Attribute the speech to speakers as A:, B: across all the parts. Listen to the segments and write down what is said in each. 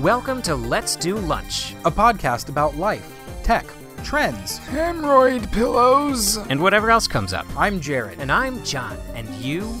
A: Welcome to Let's Do Lunch
B: a podcast about life, tech, trends.
C: Hemorrhoid pillows.
A: and whatever else comes up.
B: I'm Jared,
A: And I'm John, and you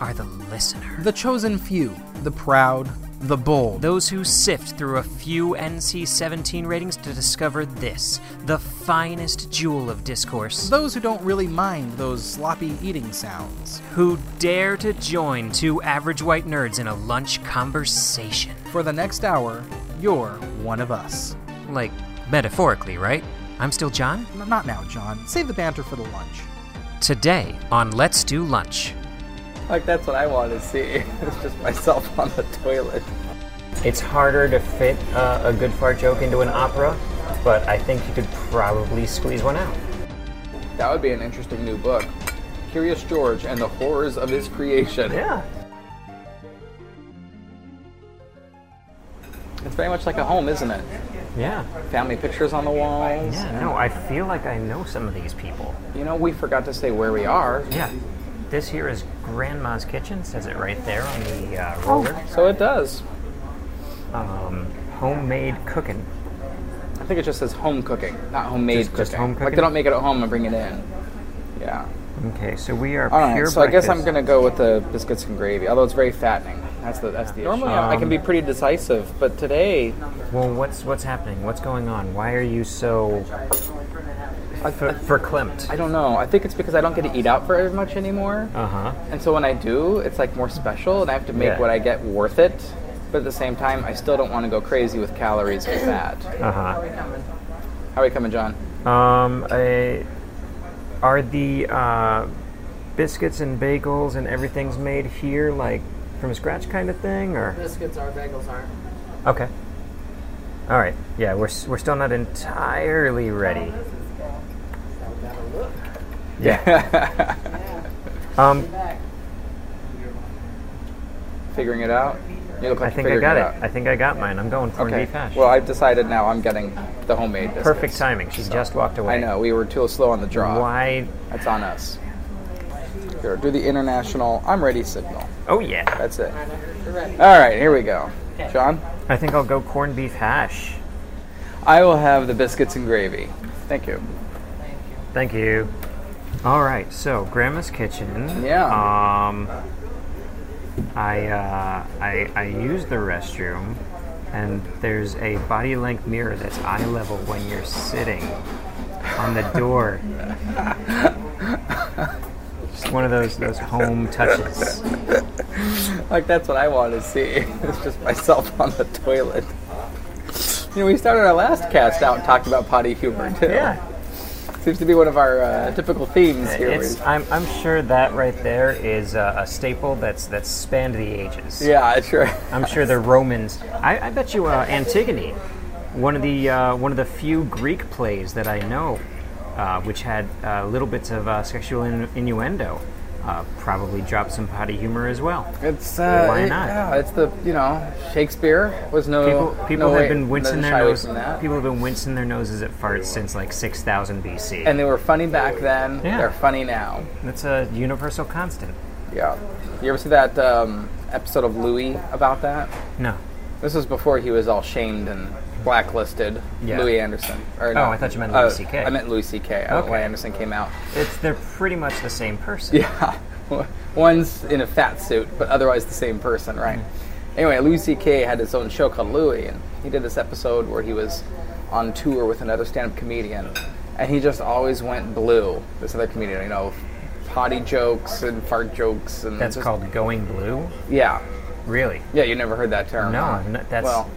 A: are the listener.
B: the chosen few, the proud, the bold.
A: Those who sift through a few NC 17 ratings to discover this, the finest jewel of discourse.
B: Those who don't really mind those sloppy eating sounds.
A: Who dare to join two average white nerds in a lunch conversation?
B: For the next hour, you're one of us.
A: Like, metaphorically, right? I'm still John.
B: N- Not now, John. Save the banter for the lunch.
A: Today on Let's Do Lunch,
D: Like that's what I want to see. It's just myself on the toilet.
E: It's harder to fit uh, a good fart joke into an opera, but I think you could probably squeeze one out.
D: That would be an interesting new book. Curious George and the horrors of his creation.
E: Yeah.
D: It's very much like a home, isn't it?
E: Yeah.
D: Family pictures on the walls.
E: Yeah. No, I feel like I know some of these people.
D: You know, we forgot to say where we are.
E: Yeah. This here is Grandma's Kitchen, says it right there on the uh, roller.
D: So it does.
E: Um, homemade cooking.
D: I think it just says home cooking, not homemade
E: Just- just
D: cooking.
E: home
D: Like
E: cooking?
D: they don't make it at home and bring it in. Yeah.
E: Okay, so we are
D: All right.
E: pure
D: so I guess I'm
E: breakfast.
D: gonna go with the biscuits and gravy, although it's very fattening. That's the that's the issue. Normally I can be
E: um,
D: pretty decisive, but today
E: Well, what's what's happening? What's going on? Why are you so for, verklempt?
D: I don't know. I think it's because I don't get to eat out very much anymore.
E: Uh huh.
D: And so when I do, it's like more special, and I have to make
E: Yeah.
D: what I get worth it. But at the same time, I still don't want to go crazy with calories and fat.
E: Uh
D: uh-huh.
E: huh.
D: How are we coming, John?
E: Um, I, are the uh, biscuits and bagels and everything's made here, like from scratch, kind of thing, or
F: Biscuits are, bagels aren't.
E: okay? All right, yeah, we're s- we're still not entirely
F: Oh,
E: ready. Yeah. um,
D: Figuring it out? You look
E: I
D: like
E: think I
D: you're
E: got
D: figuring
E: it. I think I got mine. I'm going corned
D: okay.
E: beef hash.
D: Well, I've decided now I'm getting the homemade biscuits.
E: perfect timing. She just walked away.
D: I know we were too slow on the draw.
E: Why?
D: That's on us. Here, do the international. I'm ready signal.
E: Oh yeah.
D: That's it.
F: You're ready.
D: All right, here we go. John,
E: I think I'll go corned beef hash.
D: I will have the biscuits and gravy. Thank you.
E: Thank you. All right, so Grandma's kitchen.
D: Yeah.
E: Um, I uh, I I use the restroom, and there's a body length mirror that's eye level when you're sitting on the door. Just one of those those home touches.
D: Like that's what I want to see. It's just myself on the toilet. You know, we started our last cast out and talked about potty humor too. seems to be one of our uh, typical themes here.
E: It's I'm I'm sure that right there is uh, a staple that's that's spanned the ages.
D: yeah, sure.
E: I'm sure the Romans. I, I bet you uh, Antigone, one of the uh, one of the few Greek plays that I know, uh, which had uh, little bits of uh, sexual in- innuendo, uh, probably dropped some potty humor as well.
D: It's uh,
E: Why
D: it-
E: not?
D: yeah, it's the you know Shakespeare was no
E: People, people
D: no
E: have
D: way-
E: been wincing
D: no
E: their
D: shy away
E: noses.
D: from that.
E: People have been wincing their noses at farts since like 6,000 BC.
D: and they were funny back then.
E: Yeah.
D: They're funny now.
E: that's a universal constant.
D: Yeah. You ever see that um, episode of Louis about that?
E: No.
D: This was before he was all shamed and blacklisted.
E: Yeah. Oh,
D: Louis Anderson. Or no,
E: I thought you meant Louis
D: uh,
E: CK.
D: I meant Louis C.K. I don't know why
E: Okay.
D: Anderson came out.
E: It's they're pretty much the same person.
D: Yeah, one's in a fat suit, but otherwise the same person, right?
E: Mm-hmm.
D: Anyway, Louis C.K. had his own show called Louis, and he did this episode where he was on tour with another stand-up comedian, and he just always went blue. This other comedian, you know, potty jokes and fart jokes, and
E: That's
D: just-
E: called going blue.
D: yeah,
E: Really?
D: yeah. You never heard that term?
E: No,
D: huh?
E: I've not- that's
D: well.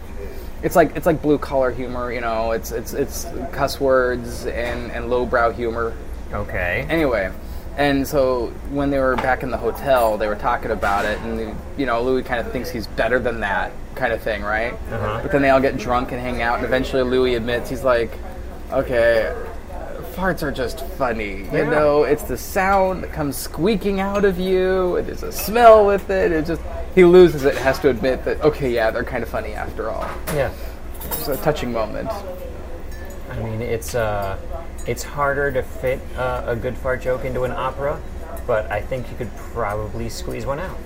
D: It's like it's like blue collar humor, you know. It's it's it's cuss words and and lowbrow humor.
E: okay.
D: Anyway, and so when they were back in the hotel, they were talking about it, and you know, Louis kind of thinks he's better than that kind of thing, right? But then they all get drunk and hang out, and eventually Louis admits he's like, okay. Farts are just funny, you
E: Yeah.
D: know. It's the sound that comes squeaking out of you. and There's a smell with it. It just he loses it. Has to admit that. Okay, yeah, they're kind of funny after all.
E: yeah.
D: It's a touching moment.
E: I mean, it's uh, it's harder to fit uh, a good fart joke into an opera, but I think you could probably squeeze one out.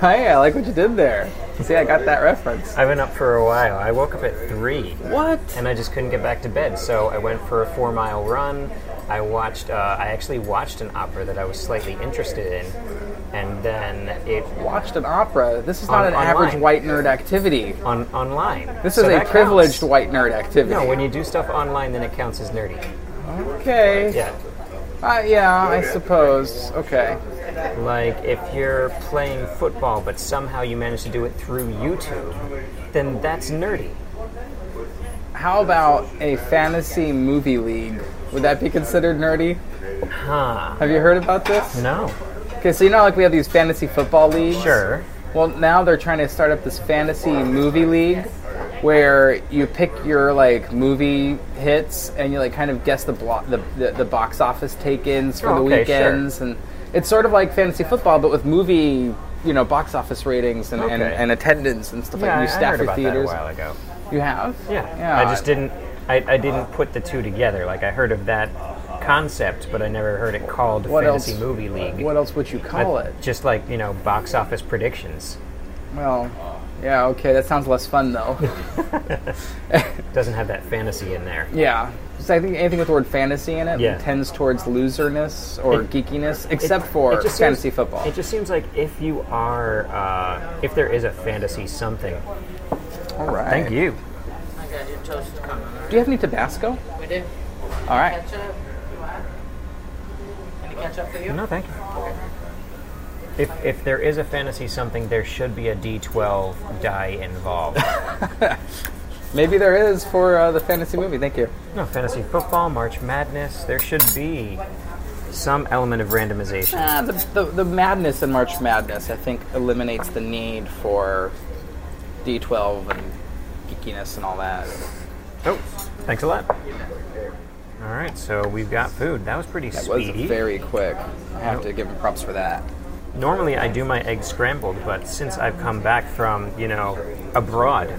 D: Hey, I like what you did there. See, I got that reference.
E: I've been up for a while. I woke up at three,
D: What?
E: and I just couldn't get back to bed. So I went for a four-mile run. I watched. Uh, I actually watched an opera that I was slightly interested in, and then it
D: Watched an opera. This is not
E: On-
D: an average
E: online.
D: white nerd activity.
E: on online.
D: This
E: So
D: is a
E: that
D: privileged
E: counts.
D: white nerd activity.
E: No, when you do stuff online, then it counts as nerdy.
D: okay.
E: Yeah.
D: Uh, yeah, I suppose. Okay.
E: Like if you're playing football, but somehow you manage to do it through YouTube, then that's nerdy.
D: How about a fantasy movie league? Would that be considered nerdy?
E: Huh?
D: Have you heard about this?
E: No.
D: Okay, so you know, like we have these fantasy football leagues.
E: Sure.
D: Well, now they're trying to start up this fantasy movie league where you pick your like movie hits and you like kind of guess the blo- the, the the box office take-ins for
E: Oh,
D: the
E: okay, sure.
D: weekends, and it's sort of like fantasy football, but with movie. You know, box office ratings and, and,
E: Okay.
D: and attendance and stuff
E: Yeah,
D: like
E: I, I
D: new staff
E: heard
D: for
E: about
D: theaters.
E: that a while ago.
D: You have?
E: Yeah. I just didn't. I, I didn't put the two together. Like I heard of that concept, but I never heard it called
D: What
E: fantasy
D: else-
E: movie league.
D: What else would you
E: I-
D: call it?
E: Just like you know, box office predictions.
D: Well, yeah, okay, that sounds less fun though.
E: Doesn't have that fantasy in there.
D: yeah. So I think anything with the word fantasy in it
E: Yeah.
D: tends towards loserness or
E: It-
D: geekiness,
E: It-
D: except for
E: it just
D: fantasy
E: seems-
D: football.
E: It just seems like if you are, uh, if there is a fantasy something.
D: All right.
E: Thank you.
F: I got your toast coming.
D: Do you have any Tabasco?
F: I do.
D: All right.
F: Ketchup? You want? Any ketchup for you?
E: No, thank you. If, if there is a fantasy something, there should be a D12 die involved.
D: Maybe there is for uh, the fantasy movie. Thank you.
E: no, fantasy football, March Madness, there should be some element of randomization.
D: Ah, the, the, the madness in March Madness, I think, eliminates the need for D12 and geekiness and all that.
E: Oh, thanks a lot. All right, so we've got food. That was pretty
D: That was
E: speedy.
D: very quick. I have to give him props for that.
E: Normally, I do my eggs scrambled, but since I've come back from, you know, abroad,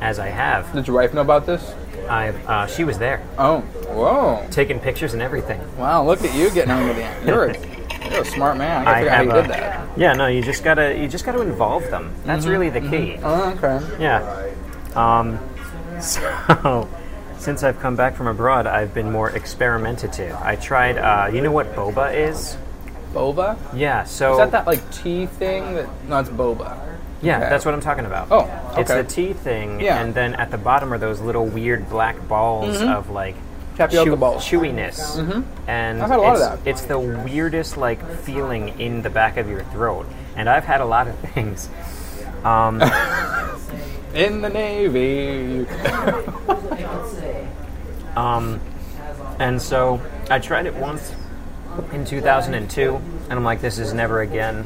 E: as I have,
D: Did your wife know about this?
E: I uh, she was there,
D: Oh, whoa.
E: taking pictures and everything.
D: Wow, look at you getting under the You're a, you're a smart man. I, forgot how you did that. Mm-hmm,
E: Yeah, no, you just gotta you just gotta involve them. That's really the key.
D: Oh, okay.
E: Yeah. Um, so, since I've come back from abroad, I've been more experimentative. I tried. Uh, you know what boba is?
D: Boba?
E: Yeah. So
D: Is that that like tea thing? That no, it's boba.
E: yeah,
D: okay.
E: that's what I'm talking about.
D: Oh,
E: It's
D: okay.
E: the tea thing,
D: Yeah. Mm-hmm.
E: and then at the bottom are those little weird black balls of like.
D: Tapioca balls. Mm-hmm.
E: Chewiness. And
D: I've had a lot of
E: it's,
D: that.
E: it's the weirdest like feeling in the back of your throat. And I've had a lot of things. Um,
D: In the navy.
E: Um, and so I tried it once in 2002, and I'm like, this is never again.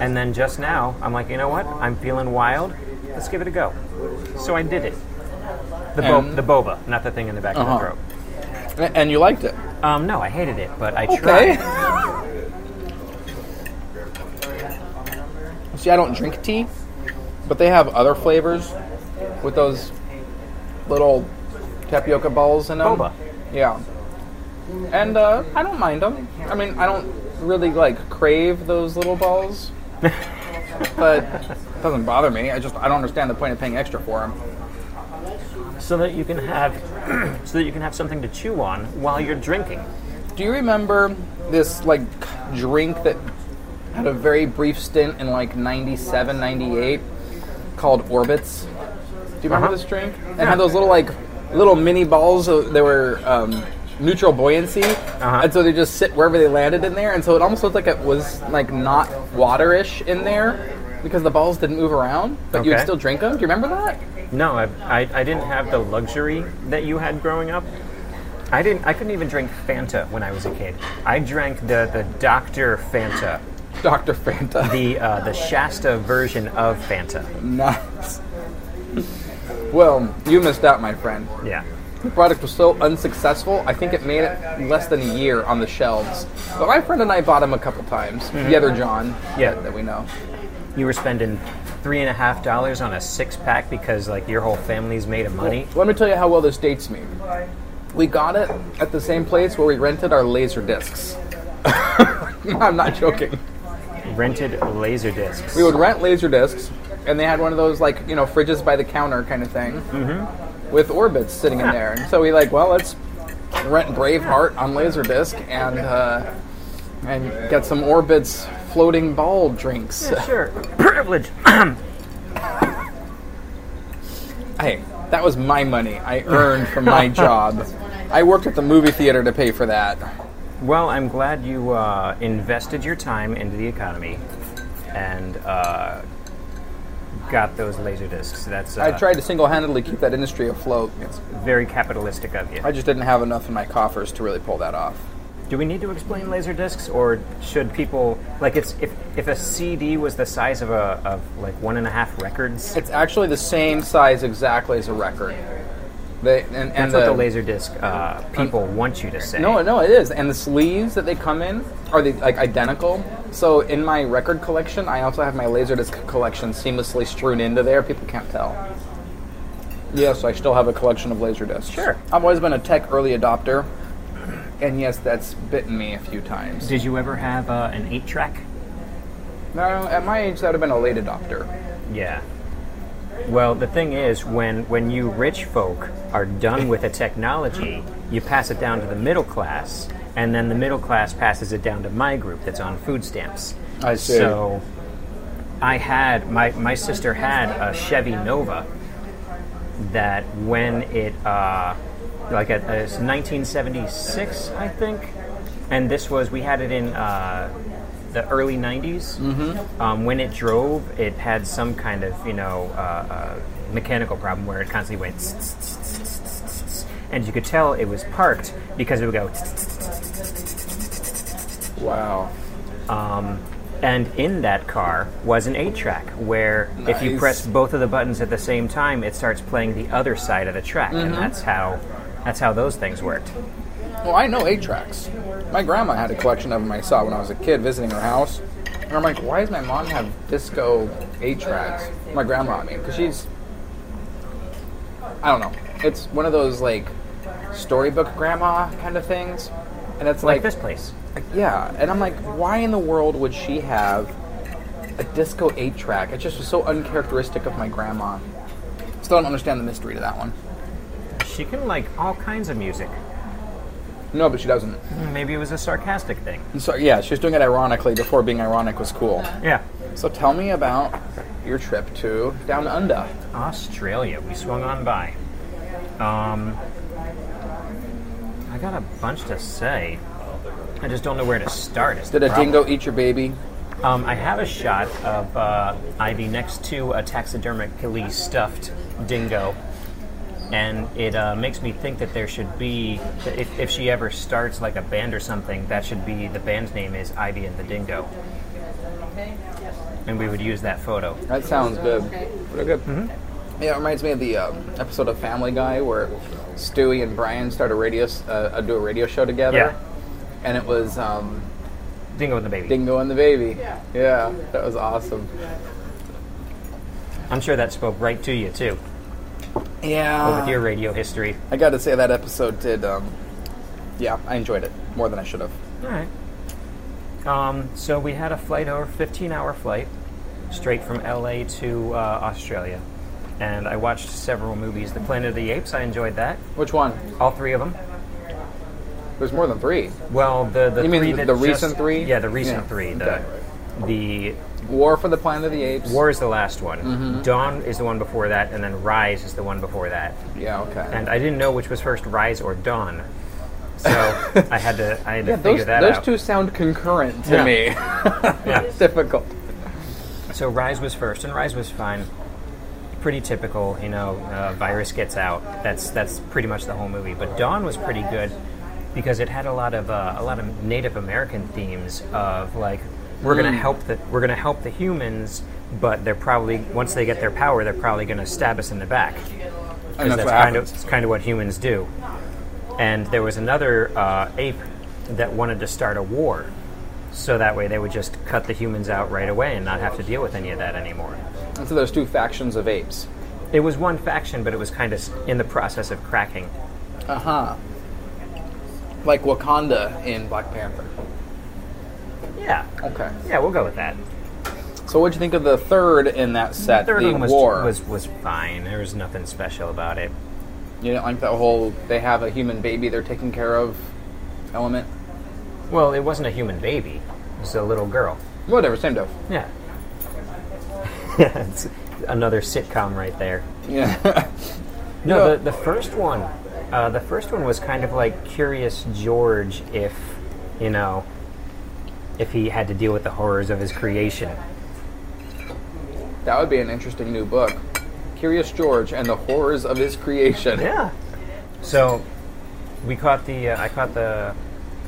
E: And then just now, I'm like, you know what? I'm feeling wild. Let's give it a go. So I did it. The, bo-
D: And-
E: the boba, not the thing in the back
D: Uh-huh.
E: of the
D: and you liked it.
E: throat. Um, no, I hated it, but I
D: Okay.
E: tried.
D: See, I don't drink tea, but they have other flavors with those little tapioca balls in them.
E: Boba.
D: Yeah. And uh, I don't mind them. I mean, I don't really like crave those little balls, but it doesn't bother me. I just I don't understand the point of paying extra for them.
E: So that you can have, so that you can have something to chew on while you're drinking.
D: Do you remember this like drink that had a very brief stint in like 97, 98 called Orbits? Do you remember
E: Uh-huh.
D: this drink? It had those little like little mini balls of- that were um, neutral buoyancy,
E: Uh-huh.
D: and so they just sit wherever they landed in there, and so it almost looked like it was like not waterish in there because the balls didn't move around, but you'd
E: Okay.
D: still drink them. Do you remember that?
E: No, I, I, I didn't have the luxury that you had growing up. I didn't. I couldn't even drink Fanta when I was a kid. I drank the the Dr. Fanta,
D: Dr. Fanta.
E: the uh, the Shasta version of Fanta.
D: Nice. Well, you missed out, my friend.
E: Yeah.
D: The product was so unsuccessful, I think it made it less than a year on the shelves. But my friend and I bought him a couple times. The other John
E: Yeah.
D: that, that we know.
E: You were spending three and a half dollars on a six pack because like your whole family's made of money.
D: Let me tell you how well this dates me. We got it at the same place where we rented our laser discs. I'm not joking.
E: rented laser discs.
D: We would rent laser discs, and they had one of those like you know fridges by the counter kind of thing, with orbits sitting in there. And so we like, well, let's rent Braveheart on laser disc and uh, and get some orbits floating ball drinks.
E: Sure. Privilege.
D: Hey, that was my money I earned from my job. I worked at the movie theater to pay for that.
E: well, I'm glad you uh, invested your time into the economy and uh, got those laser discs. That's uh,
D: I tried to single-handedly keep that industry afloat.
E: very capitalistic of you.
D: I just didn't have enough in my coffers to really pull that off.
E: Do we need to explain laser discs, or should people like it's if if a CD was the size of a of like one and a half records?
D: It's actually the same size exactly as a record. They and, and
E: That's what the laser disc uh, people want you to say.
D: No, no, it is. And the sleeves that they come in are they like identical. So in my record collection, I also have my Laserdisc collection seamlessly strewn into there. People can't tell. Yes, I still have a collection of Laserdiscs.
E: Sure.
D: I've always been a tech early adopter, and yes, that's bitten me a few times.
E: Did you ever have uh, an eight track?
D: No, at my age, that would have been a late adopter.
E: Yeah. Well, the thing is, when when you rich folk are done with the technology, you pass it down to the middle class, and then the middle class passes it down to my group that's on food stamps.
D: I see.
E: So, I had my my sister had a Chevy Nova that when it uh, like at, it's 1976, I think, and this was we had it in. Uh, the early 90s um, when it drove it had some kind of you know uh, uh, mechanical problem where it constantly went tss, tss, tss, tss, tss, tss, tss, tss, and you could tell it was parked because it would go tss, tss, tss, tss, tss, tss, tss, tss, tss, tss, tss, tss.
D: Wow.
E: Um, and in that car was an 8 track where if you
D: Nice.
E: press both of the buttons at the same time, it starts playing the other side of the track. And that's how, that's how those things worked.
D: Well, I know eight tracks. My grandma had a collection of them I saw when I was a kid visiting her house. And I'm like, why does my mom have disco eight tracks? My grandma, I mean, because she's. I don't know. It's one of those, like, storybook grandma kind of things. And it's
E: Like
D: like,
E: this place.
D: yeah. And I'm like, why in the world would she have a disco eight track? It just was so uncharacteristic of my grandma. Still don't understand the mystery to that one.
E: She can like all kinds of music.
D: No, but she doesn't.
E: Maybe it was a sarcastic thing.
D: So, yeah, she was doing it ironically before being ironic was cool.
E: Yeah.
D: So tell me about your trip to Down Under.
E: Australia. We swung on by. Um, I got a bunch to say. I just don't know where to start. is the
D: Did a
E: problem.
D: dingo eat your baby?
E: Um, I have a shot of uh, Ivy next to a taxidermically stuffed dingo, and it uh, makes me think that there should be, that if, if she ever starts like a band or something, that should be the band's name is Ivy and the Dingo. And we would use that photo.
D: That sounds good. Pretty good.
E: Mm-hmm.
D: Yeah, it reminds me of the um, episode of Family Guy where Stewie and Brian start a radio, s- uh, uh, do a radio show together.
E: Yeah.
D: And it was um,
E: Dingo and the baby.
D: Dingo and the Baby. Yeah. yeah, that was awesome.
E: I'm sure that spoke right to you too, with
D: Yeah.
E: your radio history.
D: I got to say that episode did. Um, yeah, I enjoyed it more than I should have.
E: All right. Um, so we had a flight over, 15 hour flight, straight from LA to uh, Australia. And I watched several movies. The Planet of the Apes, I enjoyed that.
D: Which one?
E: All three of them.
D: There's more than three.
E: Well, the, the
D: You mean
E: three
D: the-
E: that
D: the
E: just-
D: recent three?
E: Yeah, the recent
D: Yeah,
E: three.
D: okay.
E: The, the
D: War for the Planet of the Apes.
E: War is the last one.
D: Mm-hmm.
E: Dawn is the one before that, and then Rise is the one before that.
D: Yeah, okay.
E: And I didn't know which was first, Rise or Dawn. So I had to I had to figure
D: those,
E: that
D: those
E: out.
D: two sound concurrent to
E: Yeah.
D: me.
E: Yeah.
D: Difficult.
E: So Rise was first, and Rise was fine. Pretty typical, you know. Uh, virus gets out. That's that's pretty much the whole movie. But Dawn was pretty good because it had a lot of uh, a lot of Native American themes of like we're gonna help the we're gonna help the humans, but they're probably once they get their power, they're probably gonna stab us in the back
D: And
E: because
D: that's
E: that's,
D: what
E: kind of
D: happens.
E: it's kind of what humans do. And there was another uh, ape that wanted to start a war, so that way they would just cut the humans out right away and not have to deal with any of that anymore.
D: And so there's two factions of apes.
E: It was one faction, but it was kind of in the process of cracking.
D: Uh huh. Like Wakanda in Black Panther.
E: Yeah.
D: Okay.
E: Yeah, we'll go with that.
D: So what'd you think of the third in that set?
E: Third
D: the
E: one was,
D: war.
E: was was fine. There was nothing special about it.
D: You didn't like that whole they have a human baby they're taking care of element.
E: Well, it wasn't a human baby. It was a little girl.
D: Whatever, same stuff.
E: Yeah. Yeah, it's another sitcom right there.
D: Yeah.
E: No,
D: No.
E: the, the first one, uh, the first one was kind of like Curious George, if you know, if he had to deal with the horrors of his creation.
D: that would be an interesting new book. Curious George and the horrors of his creation.
E: Yeah. So we caught the uh, I caught the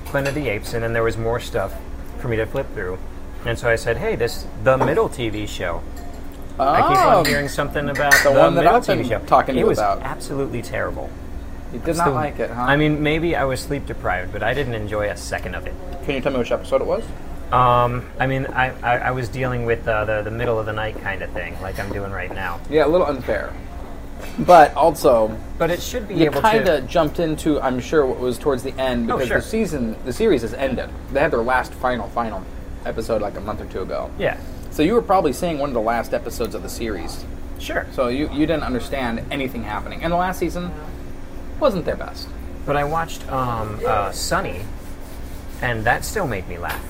E: Planet of the Apes, and then there was more stuff for me to flip through. And so I said, "Hey, this the middle TV show."
D: Oh,
E: I keep on hearing something about the,
D: one that
E: middle
D: I've been
E: TV show.
D: talking to
E: it
D: you
E: was
D: about.
E: absolutely terrible.
D: you did not
E: Still-
D: like it, huh?
E: I mean, maybe I was sleep deprived, but I didn't enjoy a second of it.
D: can you tell me which episode it was?
E: Um, I mean, I, I, I was dealing with uh, the the middle of the night kind of thing, like I'm doing right now.
D: Yeah, a little unfair. But also,
E: But it should be
D: you
E: able
D: kind
E: to.
D: of jumped into, I'm sure, what was towards the end
E: Oh,
D: because
E: sure.
D: the season, the series has ended. They had their last final, final episode like a month or two ago.
E: Yeah,
D: So you were probably seeing one of the last episodes of the series.
E: sure.
D: So you, you didn't understand anything happening. And the last season wasn't their best.
E: But I watched um, uh, Sunny, and that still made me laugh.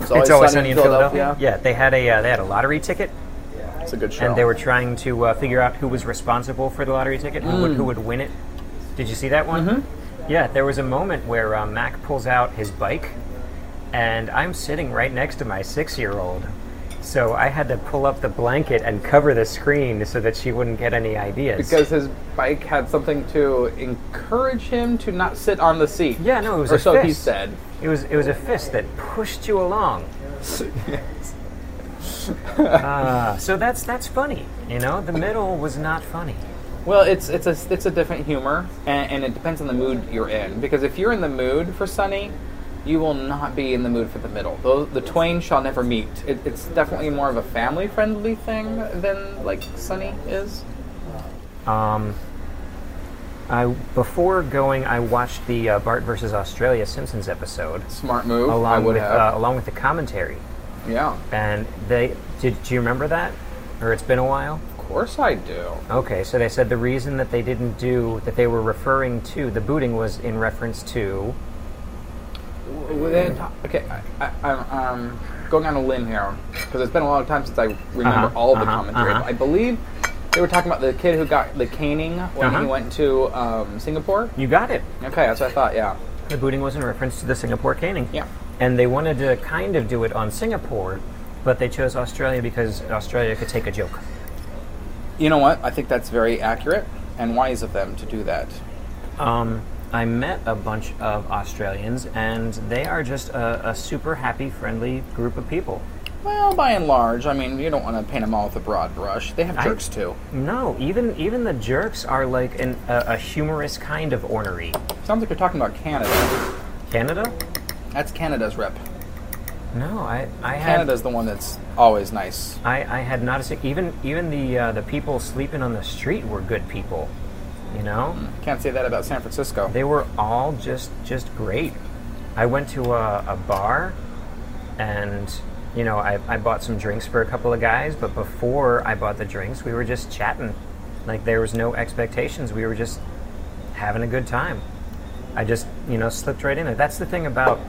D: It's
E: Oh, Yeah, they had a uh, they had a lottery ticket,
D: It's a good show.
E: and they were trying to uh, figure out who was responsible for the lottery ticket, who, would, who would win it. Did you see that one? Yeah, there was a moment where uh, Mac pulls out his bike, and I'm sitting right next to my six year old. So I had to pull up the blanket and cover the screen so that she wouldn't get any ideas.
D: because his bike had something to encourage him to not sit on the seat.
E: yeah, no, it was
D: or
E: a
D: so he
E: fist.
D: said.
E: It was it was a fist that pushed you along. uh, so that's that's funny. You know, the middle was not funny.
D: Well, it's it's a it's a different humor, and, and it depends on the mood you're in. Because if you're in the mood for Sunny, you will not be in the mood for the middle. Though the twain shall never meet. It, it's definitely more of a family-friendly thing than like Sunny is.
E: Um, I before going, I watched the uh, Bart versus Australia Simpsons episode
D: Smart move. I
E: along
D: would
E: with uh,
D: have.
E: along with the commentary,
D: yeah,
E: and they did. Do you remember that? Or it's been a while.
D: of course I do.
E: Okay, so they said the reason that they didn't do that they were referring to the booting was in reference to
D: Well, then, okay, I, I, I'm um, going on a limb here because it's been a long time since I remember
E: Uh-huh,
D: all of the
E: uh-huh,
D: commentary.
E: uh-huh.
D: but I believe they were talking about the kid who got the caning when
E: Uh-huh.
D: he went to um, Singapore.
E: you got it.
D: Okay, that's what I thought. Yeah,
E: The booting was in reference to the Singapore caning.
D: Yeah.
E: And they wanted to kind of do it on Singapore, but they chose Australia because Australia could take a joke.
D: you know what? I think that's very accurate and wise of them to do that.
E: Um, I met a bunch of Australians, and they are just a, a super happy, friendly group of people.
D: Well, by and large, I mean you don't want to paint them all with a broad brush. They have
E: I-
D: jerks too.
E: No, even even the jerks are like an, a, a humorous kind of ornery.
D: Sounds like you're talking about Canada.
E: Canada?
D: That's Canada's rep.
E: No, I I had
D: Canada's the one that's always nice.
E: I, I had not a sing- even even the uh, the people sleeping on the street were good people. You know.
D: Can't say that about San Francisco.
E: they were all just just great. I went to a, a bar, and you know I, I bought some drinks for a couple of guys. But before I bought the drinks, we were just chatting, like there was no expectations. We were just having a good time. I just you know slipped right in there. That's the thing about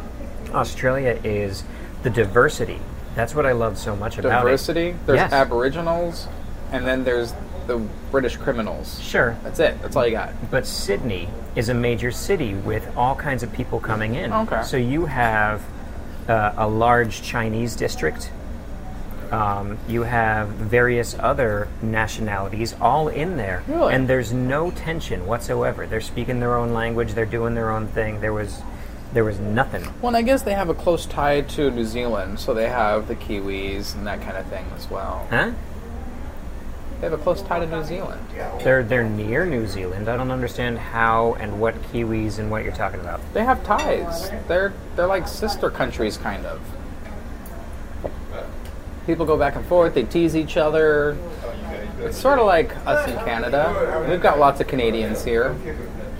E: Australia is the diversity. That's what I love so much about it.
D: diversity. There's
E: Yes.
D: Aboriginals, and then there's the British criminals.
E: Sure,
D: That's it. That's all you got.
E: But Sydney is a major city with all kinds of people coming in.
D: Okay.
E: So you have uh, a large Chinese district. Um, you have various other nationalities all in there.
D: Really?
E: And there's no tension whatsoever. They're speaking their own language. They're doing their own thing. There was, there was nothing.
D: Well, and I guess they have a close tie to New Zealand, so they have the Kiwis and that kind of thing as well.
E: Huh?
D: They have a close tie to New Zealand.
E: They're they're near New Zealand. I don't understand how and what Kiwis and what you're talking about.
D: They have ties. They're they're like sister countries, kind of. People go back and forth. They tease each other. It's sort of like us in Canada. We've got lots of Canadians here.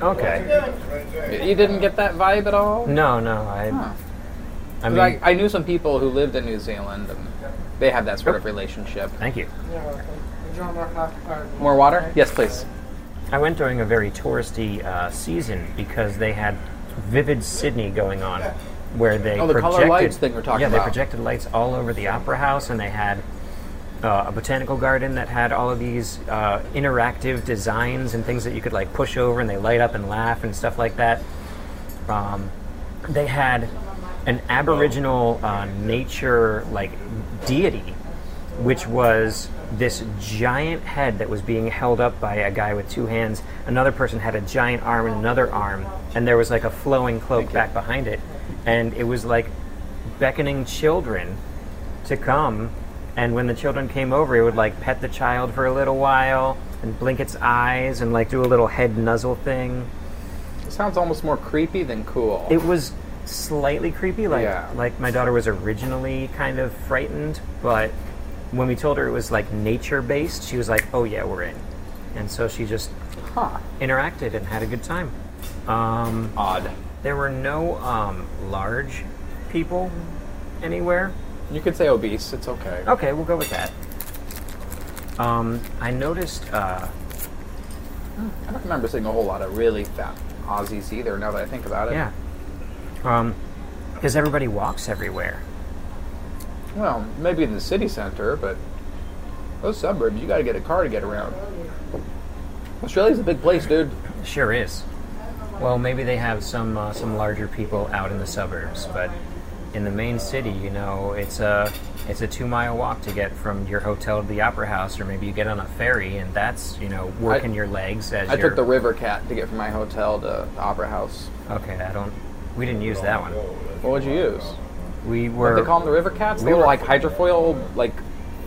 E: Okay.
D: You didn't get that vibe at all?
E: No, no. I, I
D: 'Cause
E: mean,
D: I, I knew some people who lived in New Zealand, and they have that sort of relationship.
E: thank you.
D: More water? Yes, please.
E: I went during a very touristy uh, season because they had vivid Sydney going on, where they
D: Oh, the color
E: projected
D: lights thing we're talking
E: yeah,
D: about.
E: they projected lights all over the opera house, and they had uh, a botanical garden that had all of these uh, interactive designs and things that you could like push over, and they light up and laugh and stuff like that. Um, they had an Aboriginal uh, nature like deity which was this giant head that was being held up by a guy with two hands. Another person had a giant arm and another arm, and there was like a flowing cloak back behind it. And it was like beckoning children to come. And when the children came over, it would like pet the child for a little while and blink its eyes and like do a little head nuzzle thing.
D: It sounds almost more creepy than cool.
E: It was slightly creepy. Like
D: Yeah.
E: like my daughter was originally kind of frightened, but when we told her it was like nature based, she was like, "Oh yeah, we're in," and so she just
D: huh.
E: interacted and had a good time. Um,
D: Odd.
E: there were no um, large people anywhere.
D: You could say obese. It's okay.
E: Okay, we'll go with that. Um, I noticed. Uh,
D: I don't remember seeing a whole lot of really fat Aussies either. Now that I think about it.
E: yeah. Because everybody walks everywhere.
D: Well, maybe in the city center, but those suburbs, you got to get a car to get around. Australia's a big place, dude.
E: Sure is. Well, maybe they have some uh, some larger people out in the suburbs, but in the main city, you know, it's a it's a two mile walk to get from your hotel to the opera house, or maybe you get on a ferry, and that's you know working your legs as
D: I
E: you're.
D: took the River Cat to get from my hotel to the Opera House.
E: okay, I don't. We didn't use that one.
D: What would you use?
E: We
D: Did
E: were.
D: they call them the River Cats?
E: we
D: They were
E: were-
D: like hydrofoil, like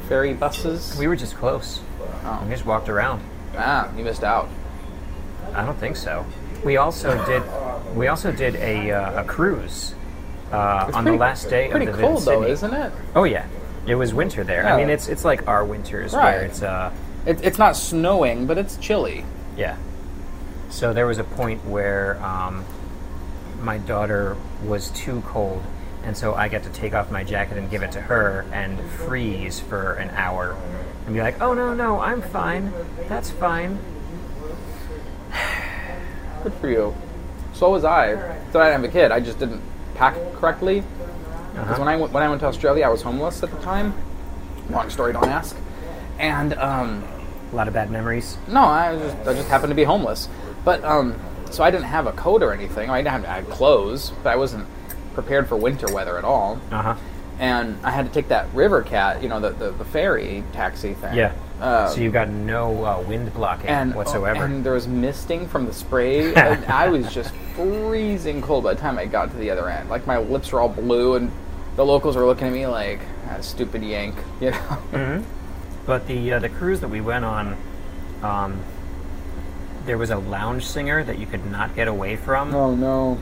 D: ferry buses.
E: we were just close.
D: Oh.
E: We just walked around.
D: ah, you missed out.
E: I don't think so. We also did. We also did a, uh, a cruise uh, on
D: pretty-
E: the last day
D: Pretty
E: of the
D: cold
E: Vid
D: though,
E: Sydney.
D: isn't it?
E: Oh yeah, it was winter there.
D: Yeah.
E: I mean, it's it's like our winters
D: Oh. Right.
E: where it's uh,
D: it? It's not snowing, but it's chilly.
E: yeah. So there was a point where um, my daughter was too cold, and so I got to take off my jacket and give it to her and freeze for an hour, and be like, "Oh no, no, I'm fine. That's fine."
D: Good for you. So was I. So I didn't have a kid. I just didn't pack correctly. Because when I went when I went to Australia, I was homeless at the time. Long story, don't ask. And um,
E: A lot of bad memories.
D: no, I was just I just happened to be homeless. But um, so I didn't have a coat or anything. I didn't have I had clothes, but I wasn't prepared for winter weather at all.
E: Uh huh.
D: And I had to take that river cat, you know, the the, the ferry taxi thing.
E: Yeah.
D: Uh,
E: so you got no uh, wind blocking
D: and
E: whatsoever.
D: And there was misting from the spray. and I was just freezing cold by the time I got to the other end. Like my lips were all blue, and the locals were looking at me like ah, stupid yank. You know,
E: But the uh, the cruise that we went on, um, there was a lounge singer that you could not get away from,
D: Oh, no.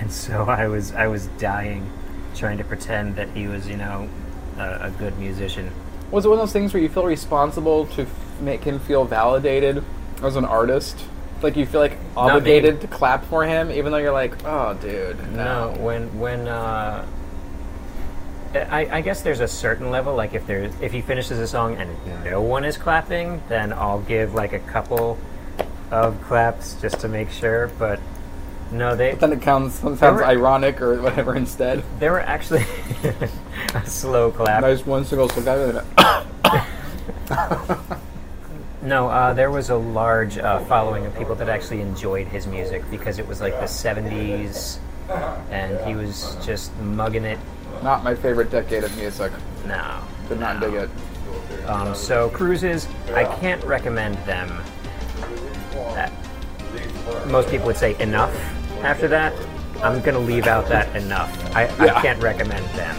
E: and so I was I was dying, trying to pretend that he was you know a, a good musician.
D: Was it one of those things where you feel responsible to f- make him feel validated as an artist? Like you feel like
E: me.
D: obligated to clap for him, even though you're like, oh, dude,
E: No, when when uh, I, I guess there's a certain level. Like if there's if he finishes a song and no one is clapping, then I'll give like a couple of claps just to make sure. But no, they
D: Then it comes sometimes
E: were-
D: ironic or whatever instead.
E: they were actually a slow clap.
D: Nice one single guy.
E: No, uh, there was a large uh, following of people that actually enjoyed his music because it was like the 70s and he was just mugging it.
D: Not my favorite decade of music.
E: No.
D: Did not dig it.
E: Um, so, cruises, I can't recommend them. Uh, most people would say enough after that. I'm going to leave out that enough. I, I can't recommend them.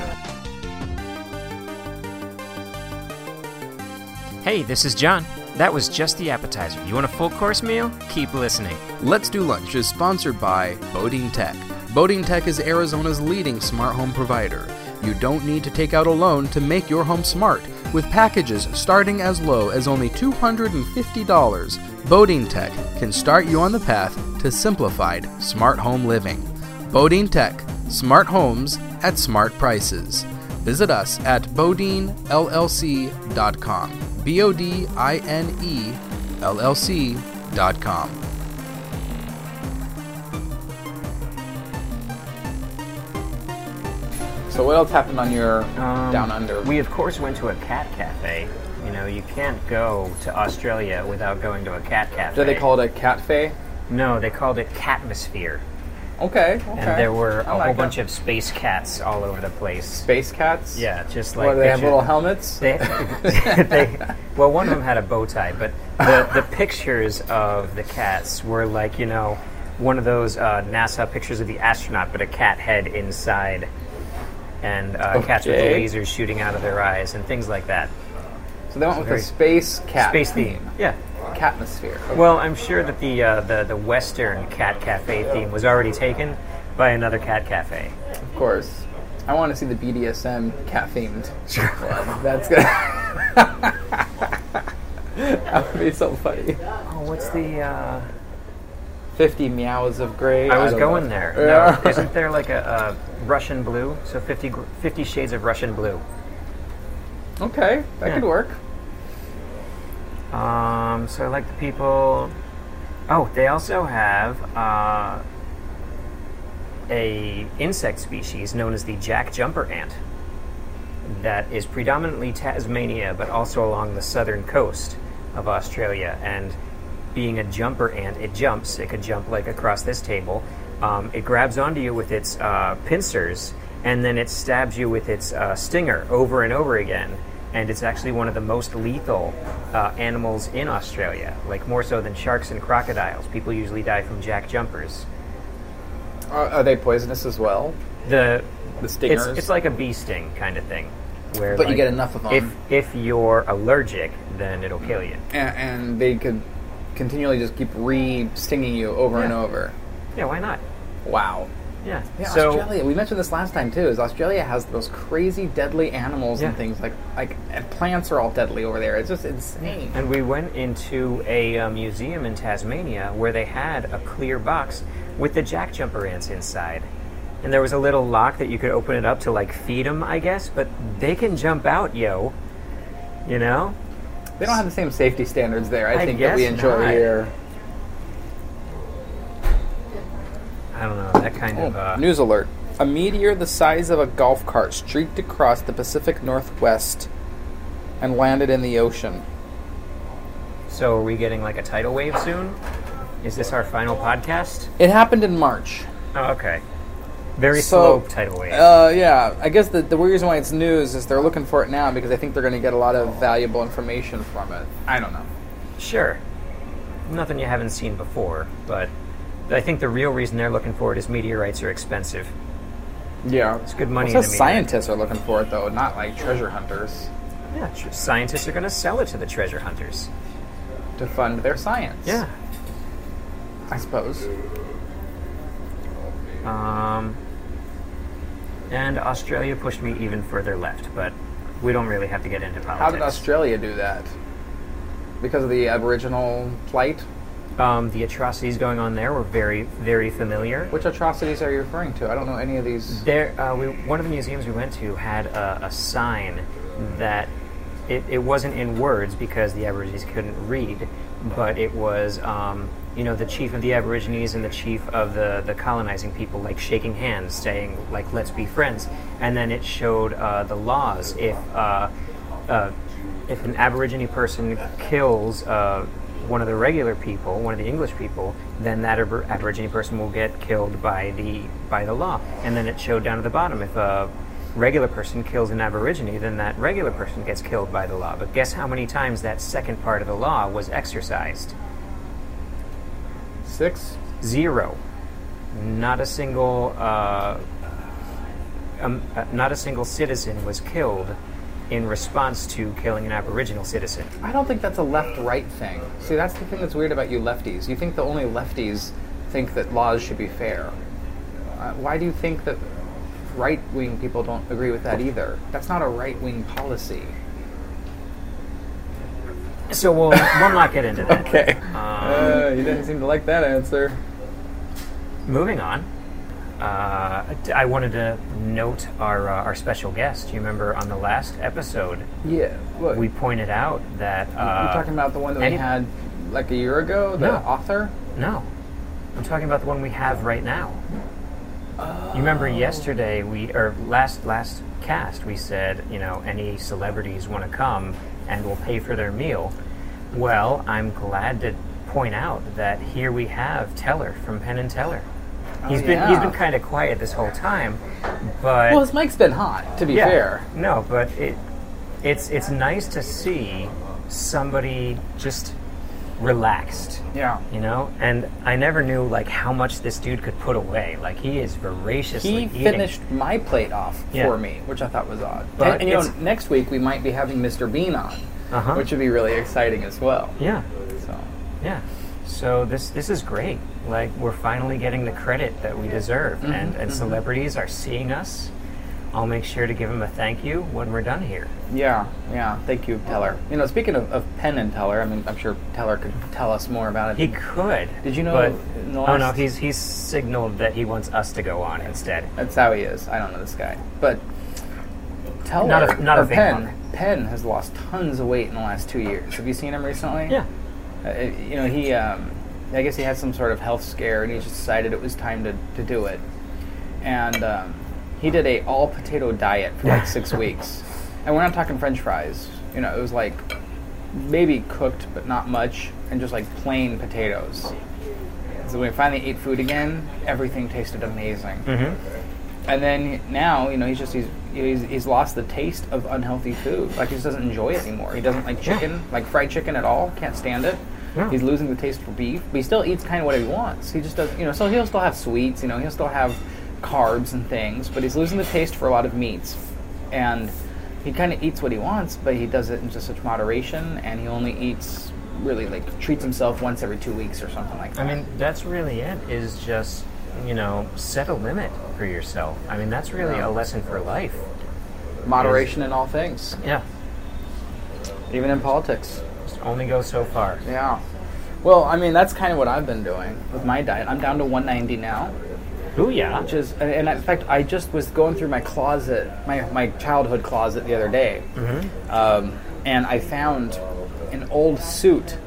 A: Hey, this is John. That was just the appetizer. You want a full course meal? Keep listening.
B: Let's Do Lunch is sponsored by Boating Tech. Boating Tech is Arizona's leading smart home provider. You don't need to take out a loan to make your home smart with packages starting as low as only $250. Boating Tech can start you on the path to simplified smart home living. Boating Tech, smart homes at smart prices. Visit us at bodinellc.com. B O D I N E L L C.com.
D: So what else happened on your down under?
E: Um, We, of course, went to a cat cafe. You know, you can't go to Australia without going to a cat cafe.
D: Did they call it a cat fay?
E: No, they called it Catmosphere.
D: Okay, okay.
E: And there were
D: I
E: a
D: like
E: whole
D: that.
E: bunch of space cats all over the place.
D: space cats.
E: Yeah, just like
D: What, do they have
E: picture-
D: little helmets?
E: They, they, well, one of them had a bow tie, but the, the pictures of the cats were like, you know, one of those uh, NASA pictures of the astronaut, but a cat head inside, and uh, cats with
D: Okay.
E: lasers shooting out of their eyes, and things like that.
D: So they went with a
E: very-
D: space cat
E: Space theme. Yeah.
D: Catmosphere. Okay.
E: Well, I'm sure that the, uh, the, the Western cat cafe theme was already taken by another cat cafe.
D: Of course. I want to see the BDSM cat themed. one. That's good. that would be so funny.
E: Oh, what's the. Uh...
D: 50 meows of gray.
E: I was
D: don't
E: going
D: know.
E: there.
D: Yeah.
E: No, isn't there like a, a Russian blue? So 50, gr- 50 shades of Russian blue.
D: Okay, that
E: Yeah.
D: could work.
E: Um, so I like the people. Oh, they also have uh, a insect species known as the jack jumper ant that is predominantly Tasmania, but also along the southern coast of Australia. And being a jumper ant, it jumps. It could jump like across this table. Um, it grabs onto you with its uh, pincers, and then it stabs you with its uh, stinger over and over again. And it's actually one of the most lethal uh, animals in Australia, like more so than sharks and crocodiles. People usually die from jack jumpers.
D: Are, are they poisonous as well?
E: The
D: The
E: it's,
D: stingers?
E: it's like a bee sting kind of thing, where
D: But you
E: like,
D: get enough of 'em.
E: If if you're allergic, then it'll kill you.
D: and, and they could continually just keep re stinging you over and
E: Yeah.
D: over.
E: Yeah, why not?
D: Wow.
E: Yeah.
D: Yeah,
E: so
D: Australia. We mentioned this last time too. Is Australia has those crazy deadly animals and
E: Yeah.
D: things like like and plants are all deadly over there. It's just insane.
E: and we went into a uh, museum in Tasmania where they had a clear box with the jack jumper ants inside. And there was a little lock that you could open it up to like feed them, I guess, but they can jump out, yo. You know?
D: They don't have the same safety standards there. I,
E: I
D: think that we
E: guess
D: enjoy
E: not.
D: here.
E: I don't know, that kind of uh,
D: Oh, News alert. A meteor the size of a golf cart streaked across the Pacific Northwest and landed in the ocean.
E: So are we getting like a tidal wave soon? Is this our final podcast?
D: It happened in March.
E: Oh, okay. Very
D: So,
E: slow tidal wave.
D: Uh, yeah, I guess the, the reason why it's news is they're looking for it now because I think they're going to get a lot of valuable information from it. I don't know.
E: Sure. Nothing you haven't seen before, but I think the real reason they're looking for it is meteorites are expensive.
D: Yeah,
E: It's good money
D: It says
E: in a meteorite.
D: scientists are looking for it though, not like treasure hunters
E: Yeah, tr- scientists are going to sell it to the treasure hunters.
D: to fund their science.
E: Yeah.
D: I suppose.
E: Um, and Australia pushed me even further left, but we don't really have to get into politics.
D: How did Australia do that? Because of the Aboriginal plight.
E: um, the atrocities going on there were very, very familiar.
D: Which atrocities are you referring to? I don't know any of these.
E: There, uh, we, one of the museums we went to had a, a sign that it, it wasn't in words because the Aborigines couldn't read, but it was, um, you know, the chief of the Aborigines and the chief of the, the colonizing people, like shaking hands, saying, like, let's be friends. And then it showed uh, the laws if, uh, uh, if an Aborigine person kills uh, one of the regular people, one of the English people, then that Abor- Aborigine person will get killed by the by the law. And then it showed down at the bottom if a regular person kills an Aborigine, then that regular person gets killed by the law. But guess how many times that second part of the law was exercised? Mm.
D: Six.
E: Zero. Not a single uh, um, uh, not a single citizen was killed in response to killing an Aboriginal citizen.
D: I don't think that's a left-right thing. See, that's the thing that's weird about you lefties. You think the only lefties think that laws should be fair. Uh, why do you think that right-wing people don't agree with that either? That's not a right-wing policy.
E: So we'll we'll not get into that.
D: Okay. Uh, you didn't seem to like that answer.
E: Moving on. Uh, I wanted to note our uh, our special guest. You remember on the last episode,
D: Yeah. Look,
E: we pointed out that uh,
D: you're talking about the one that
E: any-
D: we had like a year ago, the
E: No.
D: author?
E: No, I'm talking about the one we have right now. You remember
D: Oh.
E: yesterday we or last last cast we said you know any celebrities want to come and we'll pay for their meal. Well, I'm glad to point out that here we have Teller from Penn and Teller. He's been he's
D: Oh, yeah.
E: been kind of quiet this whole time, but
D: Well, his mic's been hot, to be
E: yeah.
D: fair.
E: No, but it it's it's nice to see somebody just relaxed.
D: Yeah.
E: You know, and I never knew like how much this dude could put away. Like he is voraciously
D: He
E: eating.
D: finished my plate off
E: Yeah.
D: for me, which I thought was odd.
E: But
D: and, and, you know,
E: it's-
D: next week we might be having Mr. Bean on,
E: Uh-huh.
D: which would be really exciting as well.
E: Yeah,
D: So,
E: yeah. So this this is great. Like we're finally getting the credit that we deserve,
D: Mm-hmm,
E: and and celebrities are seeing us. I'll make sure to give him a thank you when we're done here.
D: yeah, yeah. Thank you, Teller. You know, speaking of, of Penn and Teller, I mean, I'm sure Teller could tell us more about it.
E: He could.
D: Did you know
E: But,
D: in the
E: oh no,
D: last-
E: he's he's signaled that he wants us to go on instead.
D: That's how he is. I don't know this guy, but Teller
E: Not a- not a
D: or
E: big
D: Penn.
E: one.
D: Penn has lost tons of weight in the last two years. Have you seen him recently?
E: Yeah.
D: Uh, you know, he, um, I guess he had some sort of health scare and he just decided it was time to, to do it. And um, he did a all potato diet for like six weeks. And we're not talking french fries. You know, it was like maybe cooked, but not much, and just like plain potatoes. So when we finally ate food again, everything tasted amazing.
E: Mm-hmm.
D: And then now, you know, he's just he's, he's he's lost the taste of unhealthy food. Like he just doesn't enjoy it anymore. He doesn't like chicken, like fried chicken at all. Can't stand it.
E: Yeah.
D: He's losing the taste for beef, but he still eats kind of what he wants. He just does, you know. So he'll still have sweets, you know. He'll still have carbs and things, but he's losing the taste for a lot of meats. And he kind of eats what he wants, but he does it in just such moderation. And he only eats really like treats himself once every two weeks or something like that.
E: I mean, that's really it. Is just you know set a limit for yourself. I mean, that's really a lesson for life.
D: moderation in all things,
E: Yeah,
D: even in politics.
E: just only go so far.
D: Yeah. Well, I mean, that's kind of what I've been doing with my diet. I'm down to 190 now,
E: Ooh yeah.
D: which is, and and in fact, I just was going through my closet, my, my childhood closet the other day, um, and I found an old suit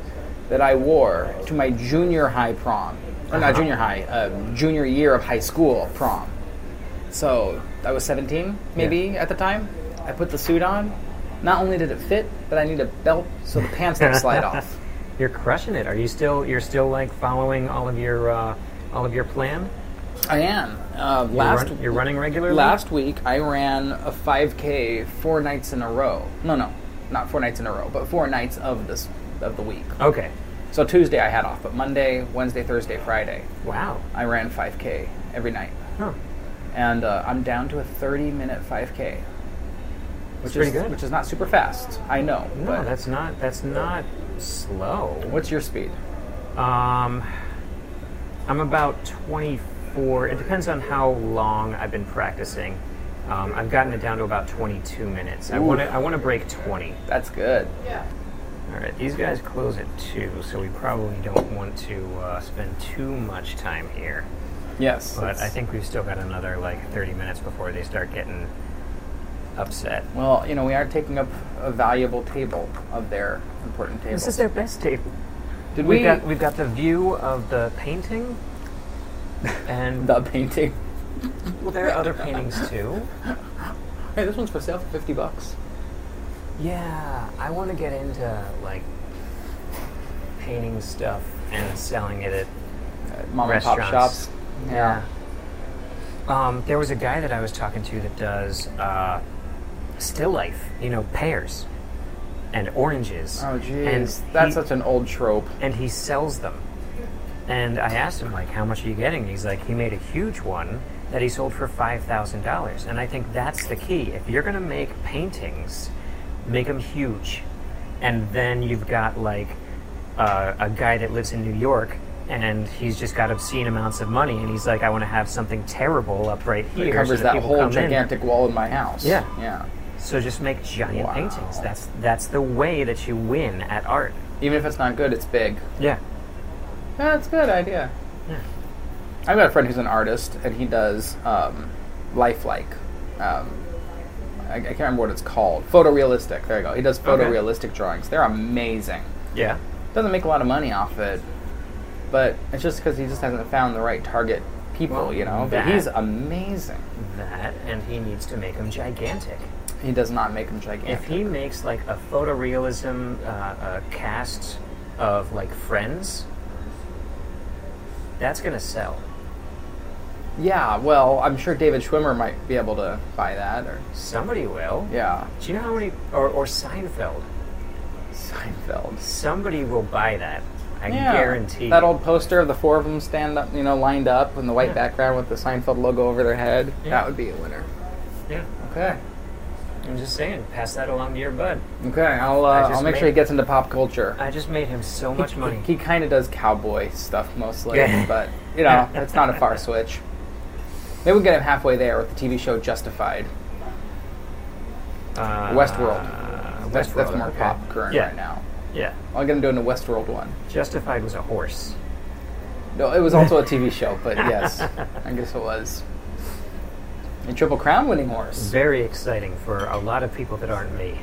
D: that I wore to my junior high prom. Or not junior high, uh, junior year of high school prom. So I was 17, maybe at the time. I put the suit on. Not only did it fit, but I need a belt so the pants don't slide off.
E: You're crushing it. Are you still? You're still like following all of your uh, all of your plan.
D: I am. Uh,
E: You're
D: last
E: run- you're running regularly.
D: last week, I ran a 5K four nights in a row. No, no, not four nights in a row, but four nights of this of the week.
E: Okay.
D: So Tuesday I had off, but Monday, Wednesday, Thursday, Friday,
E: Wow.
D: I ran 5K every night,
E: Huh.
D: and uh, I'm down to a 30 minute 5K, which
E: pretty
D: is
E: good.
D: which is not super fast. I know,
E: No,
D: but
E: that's not. That's not slow.
D: what's your speed?
E: Um, I'm about 24. It depends on how long I've been practicing. Um, I've gotten it down to about 22 minutes. I want to. I want to break 20.
D: That's good.
E: All right, these guys close at two, so we probably don't want to uh, spend too much time here.
D: Yes,
E: But
D: it's-
E: I think we've still got another like 30 minutes before they start getting upset.
D: Well, you know, we are taking up a valuable table of their important table.
E: This is their best table.
D: Did
E: We've
D: we
E: got we've got the view of the painting, and
D: the painting?
E: there are other paintings too.
D: Hey, this one's for sale for 50 bucks.
E: Yeah, I want to get into like painting stuff and selling it at
D: Mom and pop
E: Restaurants.
D: shops.
E: Yeah. Um, there was a guy that I was talking to that does uh, still life, you know, pears and oranges.
D: Oh,
E: And
D: jeez. That's
E: he-
D: such an old trope.
E: and he sells them. And I asked him like, "How much are you getting?" He's like, "He made a huge one that he sold for five thousand dollars." And I think that's the key. If you're gonna make paintings, make them huge, and then you've got like uh, a guy that lives in New York. And he's just got obscene amounts of money, and he's like, "I want to have something terrible up right here."
D: It covers
E: so
D: that
E: people
D: whole
E: come in."
D: gigantic wall in my house.
E: Yeah.
D: Yeah.
E: So just make giant
D: Wow.
E: paintings. That's that's the way that you win at art.
D: Even if it's not good, it's big.
E: Yeah.
D: That's a good idea. I've got a friend who's an artist, and he does um, lifelike. Um, I, I can't remember what it's called. Photorealistic. There you go. He does photorealistic drawings. They're amazing.
E: Yeah.
D: Doesn't make a lot of money off it, but it's just because he just hasn't found the right target people,
E: Well,
D: you know.
E: that-
D: But he's amazing.
E: That, and he needs to make them gigantic.
D: He does not make them gigantic.
E: If he makes like a photorealism uh, uh, cast of like Friends, that's gonna sell.
D: yeah, well, I'm sure David Schwimmer might be able to buy that, or
E: Somebody will.
D: yeah,
E: Do you know how many? Or, or Seinfeld.
D: Seinfeld.
E: Somebody will buy that. I
D: Yeah.
E: guarantee.
D: That
E: you.
D: old poster of the four of them stand up, you know, lined up in the white
E: Yeah.
D: background with the Seinfeld logo over their head.
E: Yeah.
D: That would be a winner.
E: Yeah.
D: Okay.
E: I'm just saying. Pass that along to your bud.
D: Okay, I'll uh,
E: I just
D: I'll make sure he
E: made-
D: gets into pop culture.
E: I just made him so much money.
D: He kind of does cowboy stuff mostly,
E: Yeah.
D: but you know, it's not a far switch. Maybe we get him halfway there with the TV show Justified.
E: uh,
D: Westworld.
E: Westworld.
D: That's, that's more
E: okay.
D: pop current
E: Yeah.
D: right now.
E: Yeah.
D: I'll get him doing a Westworld one.
E: Justified was a horse.
D: No, it was also a TV show, but yes, I guess it was. A Triple Crown winning horse.
E: Very exciting for a lot of people that aren't me.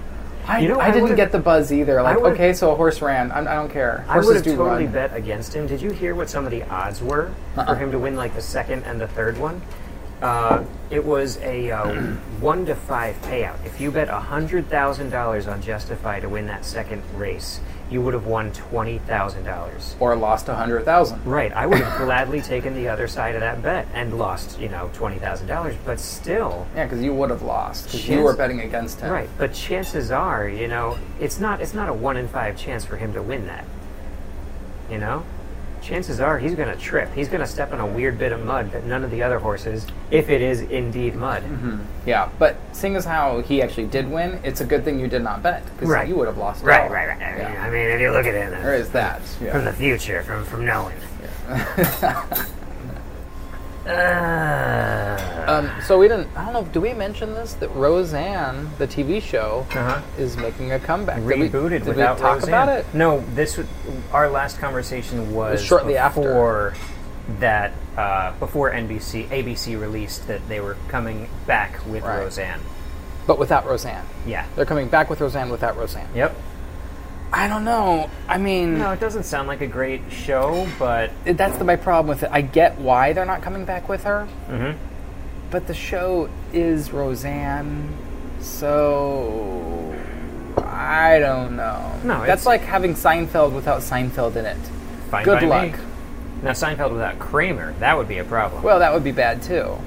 D: I,
E: You know, I
D: I, didn't
E: would've-
D: get the buzz either. Like,
E: would've-
D: okay, so a horse ran. I'm, I don't care.
E: I
D: Horses
E: would have
D: do
E: totally
D: run.
E: bet against him. Did you hear what some of the odds were
D: Uh-uh.
E: for him to win like the second and the third one? Uh, it was a uh, one to five payout. If you bet hundred thousand dollars on Justify to win that second race, you would have won twenty thousand dollars.
D: Or lost a hundred thousand.
E: Right, I would have gladly taken the other side of that bet and lost, you know, twenty thousand dollars. But still,
D: Yeah, because you would have lost because you
E: Chance-
D: were betting against him.
E: right. But chances are, you know, it's not it's not a one in five chance for him to win that. You know, chances are he's going to trip. He's going to step on a weird bit of mud that none of the other horses, if it is indeed mud,
D: Yeah, but seeing as how he actually did win, it's a good thing you did not bet because
E: Right.
D: you would have lost. it
E: Right,
D: all.
E: right, right. I mean,
D: Yeah.
E: I mean, if you look at it
D: There
E: uh,
D: is that.
E: from
D: Yeah.
E: the future, from from knowing. uh,
D: Um, so we didn't. I don't know. Do we mention this that Roseanne, the TV show,
E: uh-huh.
D: is making a comeback? Did we-
E: rebooted
D: did we,
E: without
D: talk
E: Roseanne.
D: about it?
E: No, this w- our last conversation was
D: shortly after.
E: before that uh, before NBC ABC released that they were coming back with
D: Right.
E: Roseanne.
D: But without Roseanne,
E: Yeah.
D: they're coming back with Roseanne without Roseanne.
E: Yep.
D: I don't know. I mean,
E: No, it doesn't sound like a great show, but
D: that's the, my problem with it. I get why they're not coming back with her,
E: Mm-hmm.
D: but the show is Roseanne, so I don't know.
E: No,
D: that's
E: it's-
D: like having Seinfeld without Seinfeld in it.
E: fine
D: Good
E: by
D: luck.
E: Me. Now Seinfeld without Kramer, that would be a problem.
D: Well, that would be bad too.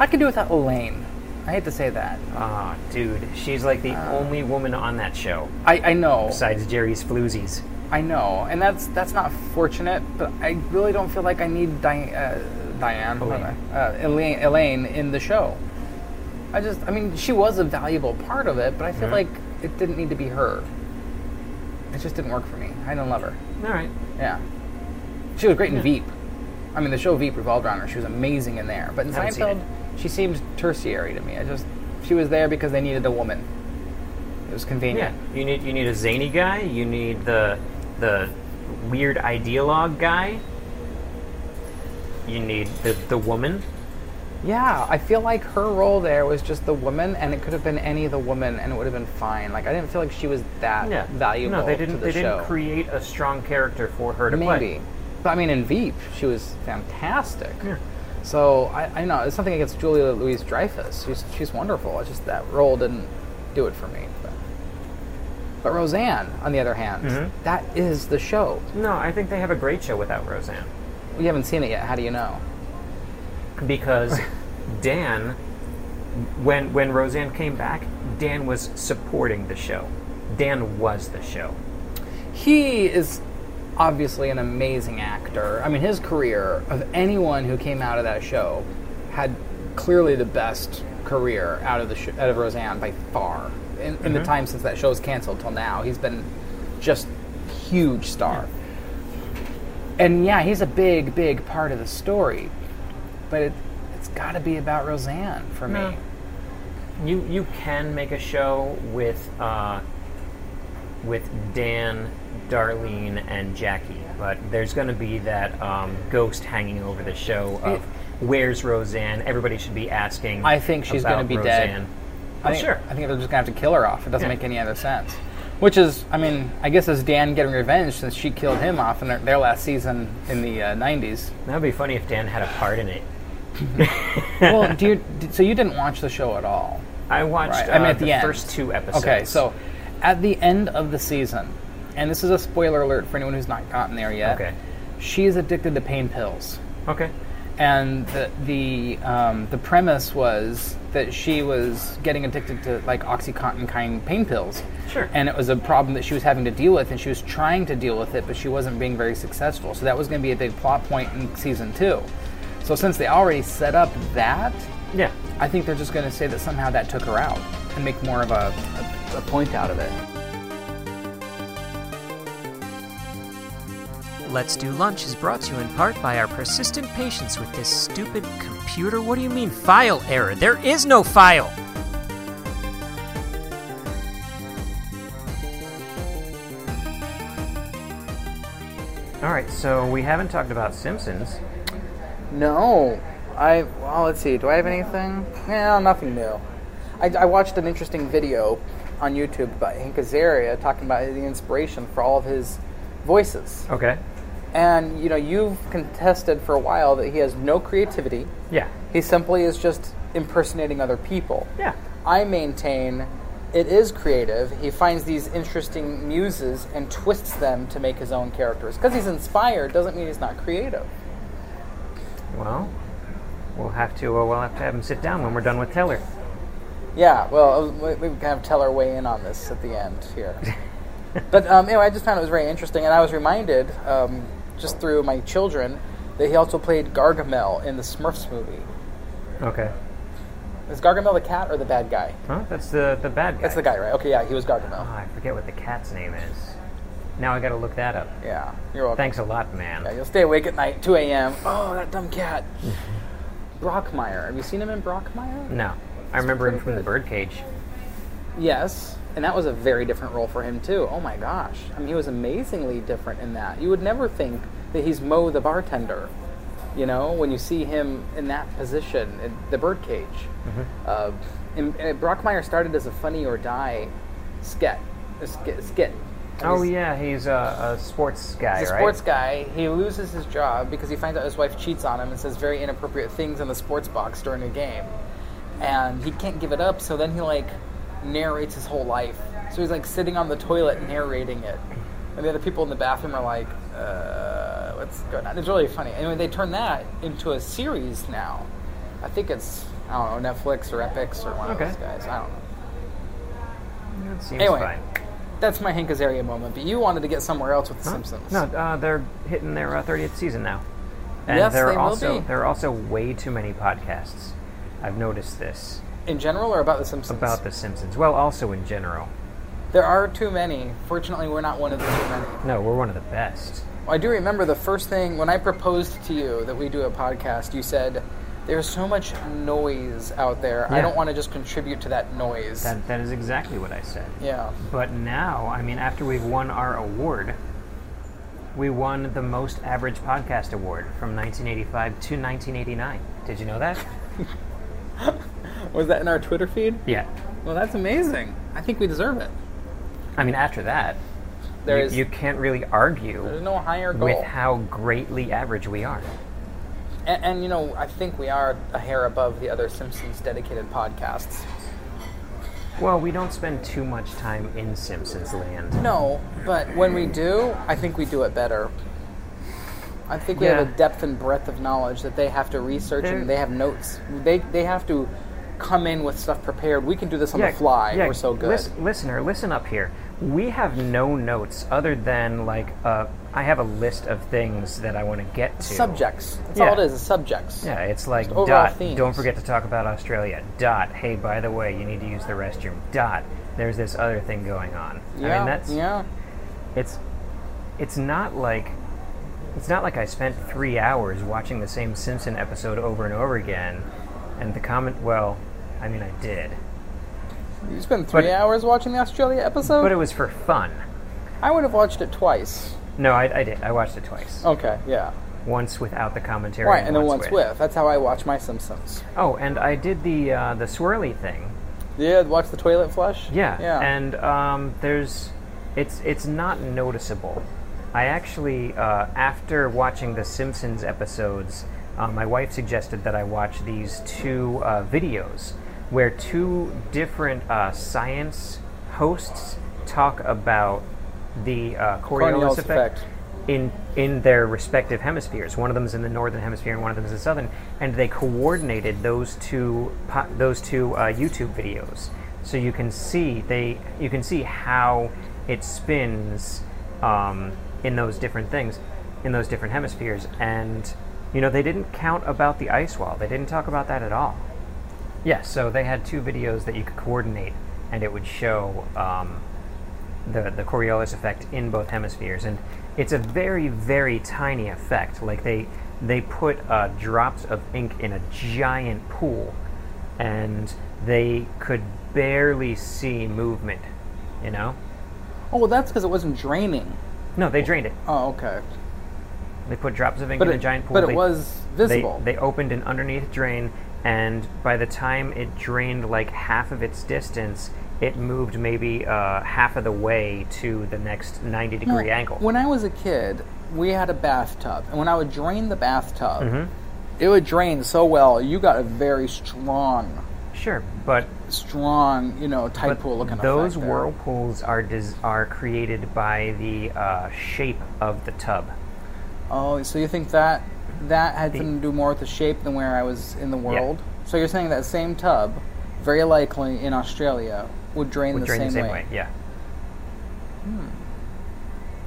D: I could do without Elaine. I hate to say that.
E: Ah, dude, she's like
D: Uh.
E: the only woman on that show
D: I, I know,
E: besides Jerry's floozies.
D: I know, and that's that's not fortunate. But I really don't feel like I need Di- uh, Diane,
E: Elaine.
D: Uh, Elaine, Elaine in the show. I just, I mean, she was a valuable part of it, but I feel like it didn't need to be her. It just didn't work for me. I didn't love her.
E: All right.
D: Yeah, she was great in Veep. I mean, the show Veep revolved around her. She was amazing in there, but in
E: Haven't seen it.
D: Seinfeld, she seemed tertiary to me. I just, she was there because they needed a woman. It was
E: Yeah,
D: convenient.
E: you need you need a zany guy. You need the the weird ideologue guy. You need the the woman.
D: Yeah, I feel like her role there was just the woman, and it could have been any of the woman, and it would have been fine. Like I didn't feel like she was that
E: Yeah,
D: valuable.
E: No, they didn't.
D: To the
E: they
D: show.
E: didn't create a strong character for her to play.
D: Maybe, but I mean, in Veep, she was fantastic.
E: Yeah.
D: So I, I know it's something against Julia Louise Dreyfus. She's she's wonderful. It's just that role didn't do it for me. But, but Roseanne, on the other hand,
E: Mm-hmm.
D: that is the show.
E: No, I think they have a great show without Roseanne
D: We haven't seen it yet. How do you know?
E: because Dan, when when Roseanne came back, Dan was supporting the show. Dan was the show.
D: he is obviously an amazing actor. I mean, his career of anyone who came out of that show had clearly the best career out of the sh- out of Roseanne by far. In, in the time since that show was canceled till now, he's been just huge star. And yeah, he's a big, big part of the story, but it, it's got to be about Roseanne for me.
E: No. You you can make a show with uh, with Dan Darlene and Jackie, but there's going to be that um, ghost hanging over the show of where's Roseanne? Everybody should be asking.
D: I think she's
E: going to
D: gonna be dead.
E: Roseanne.
D: I
E: Oh,
D: think,
E: sure.
D: I think they're just gonna have to kill her off. It doesn't
E: Yeah.
D: make any other sense. Which is, I mean, I guess is Dan getting revenge since she killed him off in their, their last season in the uh, '90s.
E: That would be funny if Dan had a part in it.
D: well, do you? d- So you didn't watch the show at all?
E: I watched
D: Right. I mean,
E: uh,
D: at the end.
E: first two episodes.
D: Okay, so at the end of the season, and this is a spoiler alert for anyone who's not gotten there yet.
E: Okay.
D: she is addicted to pain pills.
E: Okay.
D: and the the, um, the premise was that she was getting addicted to like oxycontin kind pain pills
E: Sure.
D: and it was a problem that she was having to deal with and she was trying to deal with it but she wasn't being very successful so that was going to be a big plot point in season two so since they already set up that
E: Yeah.
D: i think they're just going to say that somehow that took her out and make more of a, a, a point out of it
A: Let's Do Lunch is brought to you in part by our persistent patience with this stupid computer. What do you mean, file error? There is no file!
E: All right. So we haven't talked about Simpsons.
D: No, I. Well, let's see. Do I have anything? No, nothing new. I, I watched an interesting video on YouTube about Hank Azaria talking about the inspiration for all of his voices.
E: Okay.
D: And you know, you've contested for a while that he has no creativity.
E: Yeah.
D: He simply is just impersonating other people.
E: Yeah.
D: I maintain it is creative. He finds these interesting muses and twists them to make his own characters. Because he's inspired doesn't mean he's not creative.
E: Well, we'll have to. Uh, we'll have to have him sit down when we're done with Teller.
D: Yeah, well, uh, we we can have Teller weigh in on this at the end here. but um, anyway, I just found it was very interesting, and I was reminded um, just through my children that he also played Gargamel in the Smurfs movie.
E: Okay.
D: Is Gargamel the cat or the bad guy?
E: Huh? That's the the bad guy.
D: That's the guy, right? Okay, yeah, he was
E: Oh,
D: Gargamel.
E: I forget what the cat's name is. Now I got to look that up.
D: Yeah, you're welcome.
E: Thanks a lot, man.
D: Yeah, you'll stay awake at night, 2 a.m. Oh, that dumb cat. Brockmire. Have you seen him in Brockmire?
E: No, I remember him from the Birdcage.
D: Yes, and that was a very different role for him too. Oh my gosh, I mean, he was amazingly different in that. You would never think that he's Mo the bartender, you know, when you see him in that position in the Birdcage. Uh, and, and Brockmeyer started as a Funny or Die skit, a skit. skit. And
E: Oh
D: he's-
E: yeah, he's a, a sports guy,
D: He's a
E: right?
D: sports guy. He loses his job because he finds out his wife cheats on him and says very inappropriate things in the sports box during a game. And he can't give it up, so then he like narrates his whole life. So he's like sitting on the toilet narrating it. And the other people in the bathroom are like, uh, what's going on? It's really funny. Anyway, they turn that into a series now. I think it's, I don't know, Netflix or Epix or one
E: Okay.
D: of those guys. I don't know.
E: That seems
D: Anyway,
E: fine.
D: that's my Hank Azaria moment, but you wanted to get somewhere else with The
E: Huh?
D: Simpsons.
E: No, uh, they're hitting their uh, 30th season now, and
D: Yes,
E: there are
D: they will
E: also
D: be.
E: there are also way too many podcasts. I've noticed this
D: In general or about The Simpsons?
E: about The Simpsons. Well, also in general.
D: There are too many. Fortunately, we're not one of the too many.
E: No, we're one of the best.
D: I do remember the first thing when I proposed to you that we do a podcast, you said, There's so much noise out there. I
E: Yeah.
D: don't want to just contribute to that noise.
E: That that is exactly what I said.
D: yeah.
E: But now, I mean, after we've won our award, we won the Most Average Podcast Award from 1985 to 1989. Did you know that?
D: Was that in our Twitter feed?
E: Yeah.
D: Well, that's amazing. I think we deserve it.
E: I mean, after that,
D: There
E: you,
D: is
E: you can't really argue
D: there's no higher goal.
E: with how greatly average we are.
D: and, and, you know, I think we are a hair above the other Simpsons dedicated podcasts.
E: Well, we don't spend too much time in Simpsons land.
D: No, but when we do, I think we do it better. I think we have
E: Yeah.
D: a depth and breadth of knowledge that they have to research
E: There-
D: and they have notes. They they have to come in with stuff prepared. We can do this on the fly.
E: yeah,
D: We're so good.
E: lis- listener, listen up here. We have no notes other than like uh, I have a list of things that I want to get to.
D: subjects. That's
E: Yeah.
D: all it is. Is subjects.
E: Yeah, it's like
D: overall
E: dot.
D: themes.
E: Don't forget to talk about Australia. Dot. Hey, by the way, you need to use the restroom. Dot. There's this other thing going on. I
D: Yeah.
E: mean, that's
D: yeah.
E: it's it's not like it's not like I spent three hours watching the same Simpson episode over and over again, and the comment. Well, I mean, I did,
D: You spent three
E: but-
D: hours watching the Australia episode.
E: but it was for fun.
D: I would have watched it twice.
E: No, I, I did. I watched it twice.
D: Okay, yeah.
E: Once without the commentary.
D: Oh. Right, and then once with. That's how I watch my Simpsons.
E: Oh, and I did the uh, the swirly thing.
D: Yeah, watch the toilet flush.
E: Yeah.
D: yeah.
E: And um, there's, it's it's not noticeable. I actually, uh, after watching the Simpsons episodes, uh, my wife suggested that I watch these two uh, videos where two different uh, science hosts talk about the uh, Coriolis,
D: Coriolis
E: effect,
D: effect.
E: in in their respective hemispheres. One of them is in the northern hemisphere, and one of them is the southern. And they coordinated those two po- those two uh, YouTube videos, so you can see they you can see how it spins um, in those different things, in those different hemispheres. And you know they didn't count about the ice wall. They didn't talk about that at all. Yeah, so they had two videos that you could coordinate, and it would show um, the the Coriolis effect in both hemispheres, and it's a very very tiny effect. Like they they put uh, drops of ink in a giant pool, and they could barely see movement. You know?
D: Oh, well, that's because it wasn't draining.
E: No, they drained it.
D: Oh, okay.
E: They put drops of ink
D: But
E: in
D: it,
E: a giant pool.
D: but it
E: They-
D: was visible.
E: They, they opened an underneath drain, and by the time it drained like half of its distance, it moved maybe uh, half of the way to the next 90 degree angle.
D: When I was a kid, we had a bathtub, and when I would drain the bathtub,
E: Mm-hmm.
D: it would drain so well. You got a very strong,
E: sure, but,
D: strong, you know, tide
E: but
D: pool looking.
E: those
D: effect there.
E: whirlpools are dis- are created by the uh, shape of the tub.
D: Oh, so you think that that had something to do more with the shape than where I was in the world? So you're saying that same tub, very likely in Australia, would drain,
E: Would
D: the,
E: drain
D: same Hmm.
E: the same way. Yeah.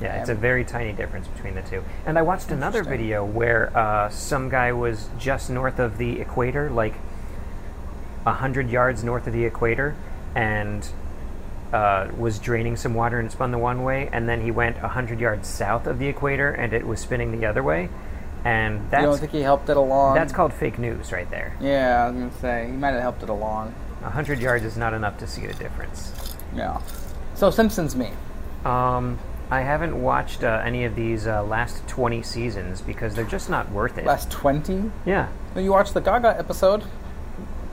E: Yeah, it's a very tiny difference between the two. And I watched another video where uh, some guy was just north of the equator, like hundred yards north of the equator, and uh, was draining some water and spun the one way, and then he went hundred yards south of the equator and it was spinning the other way. And
D: You don't
E: that's
D: think he helped it along?
E: that's called fake news right there.
D: Yeah, I was gonna say he might have helped it along.
E: hundred yards is not enough to see the difference.
D: Yeah. So Simpsons me.
E: Um, I haven't watched uh, any of these uh, last 20 seasons because they're just not worth it.
D: Last twenty.
E: Yeah.
D: You watched the Gaga episode.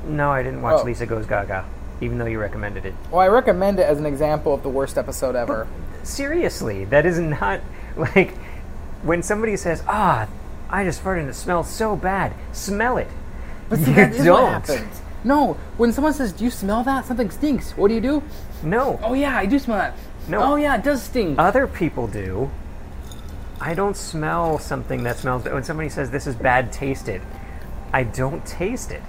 E: No, I didn't watch
D: Oh.
E: Lisa Goes Gaga, even though you recommended it.
D: Well, I recommend it as an example of the worst episode ever.
E: Seriously, that is not like when somebody says, "Ah, I just farted and it smells so bad." Smell it.
D: But see,
E: you
D: that is what
E: don't.
D: happens. No, when someone says, "Do you smell that? Something stinks." What do you do?
E: no.
D: Oh yeah, I do smell that.
E: No. Uh,
D: Oh yeah, it does stink.
E: Other people do. I don't smell something that smells bad. When somebody says this is bad tasted, I don't taste it.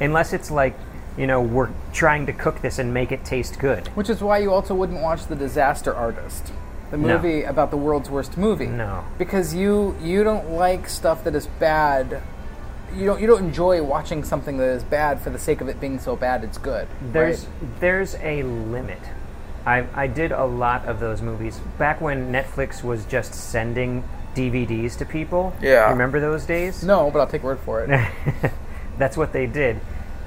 E: Unless it's like, you know, we're trying to cook this and make it taste good.
D: Which is why you also wouldn't watch The Disaster Artist, the
E: No.
D: movie about the world's worst movie.
E: No.
D: Because you you don't like stuff that is bad. You don't you don't enjoy watching something that is bad for the sake of it being so bad it's good.
E: There's
D: right?
E: there's a limit. I, I did a lot of those movies back when Netflix was just sending DVDs to people.
D: Yeah.
E: Remember those days?
D: no, but I'll take your word for it.
E: That's what they did.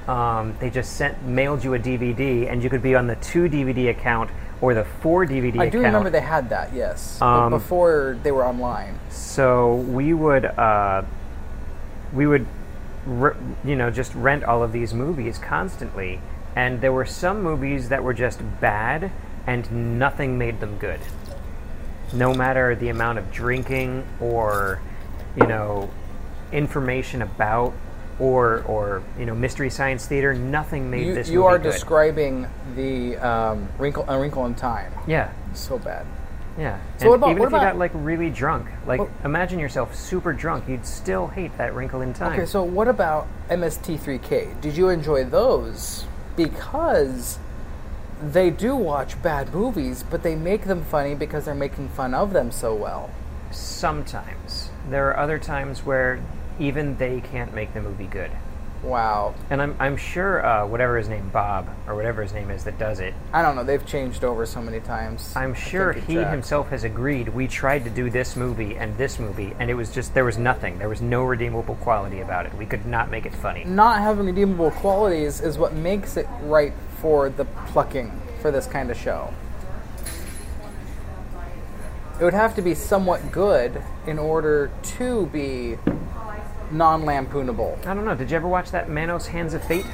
E: Um, they just sent mailed you a DVD, and you could be on the two DVD account or the four DVD
D: I
E: account. Um,
D: do remember they had that, yes, but before they were online.
E: So we would uh, we would re- you know just rent all of these movies constantly, and there were some movies that were just bad, and nothing made them good. No matter the amount of drinking or you know information about or or you know mystery science theater, nothing made
D: You,
E: this.
D: you
E: movie
D: are
E: good.
D: describing the um, wrinkle, a wrinkle in time.
E: Yeah,
D: So bad.
E: yeah.
D: So
E: And
D: what about-
E: even
D: what
E: if you
D: about-
E: got like really drunk? Like imagine yourself super drunk, you'd still hate that Wrinkle in Time.
D: Okay, so what about MST3K? Did you enjoy those? Because they do watch bad movies, but they make them funny because they're making fun of them so well.
E: sometimes. There are other times where even they can't make the movie good.
D: Wow.
E: And I'm, I'm sure uh, whatever his name, Bob, or whatever his name is that does it,
D: I don't know, they've changed over so many times.
E: I'm sure
D: keep
E: he
D: track.
E: himself has agreed we tried to do this movie and this movie, and it was just, there was nothing. There was no redeemable quality about it. We could not make it funny.
D: Not having redeemable qualities is what makes it right for the plucking for this kind of show. it would have to be somewhat good in order to be non-lampoonable.
E: I don't know. Did you ever watch that Manos Hands of Fate?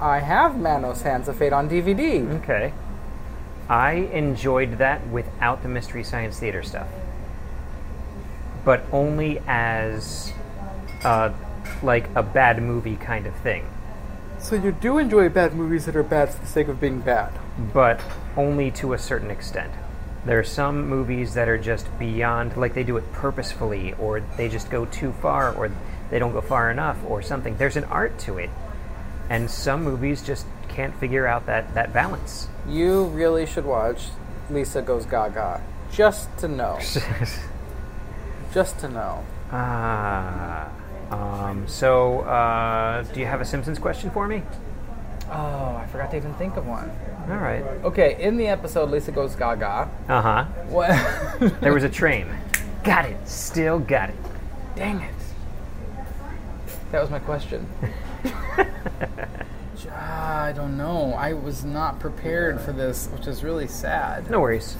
D: I have Manos Hands of Fate on DVD.
E: Okay. I enjoyed that without the Mystery Science Theater stuff, but only as uh, like a bad movie kind of thing.
D: So you do enjoy bad movies that are bad for the sake of being bad.
E: but only to a certain extent. There are some movies that are just beyond, like they do it purposefully, or they just go too far, or they don't go far enough, or something. There's an art to it, and some movies just can't figure out that that balance.
D: You really should watch Lisa Goes Gaga just to know. just to know.
E: Ah. Um, so, uh, do you have a Simpsons question for me?
D: Oh, I forgot to even think of one.
E: All right.
D: Okay, in the episode Lisa Goes Gaga,
E: Uh huh.
D: what?
E: There was a train. Got it. Still got it.
D: Dang it. That was my question. J- I don't know. I was not prepared for this, which is really sad.
E: No worries.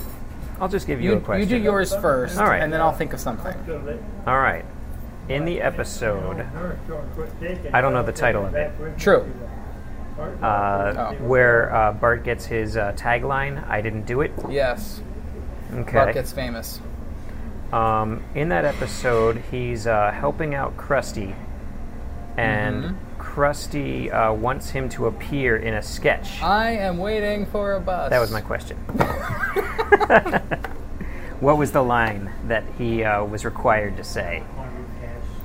E: I'll just give you, a
D: You,
E: question.
D: you do yours first,
E: All right.
D: and then I'll think of something.
E: All right. In the episode, I don't know the title of it,
D: True.
E: uh,
D: Oh.
E: where uh, Bart gets his uh, tagline, "I didn't do it."
D: Yes.
E: Okay.
D: Bart gets famous.
E: Um, in that episode, he's uh, helping out Krusty, and Krusty uh, wants him to appear in a sketch.
D: I am waiting for a bus.
E: That was my question. what was the line that he uh, was required to say,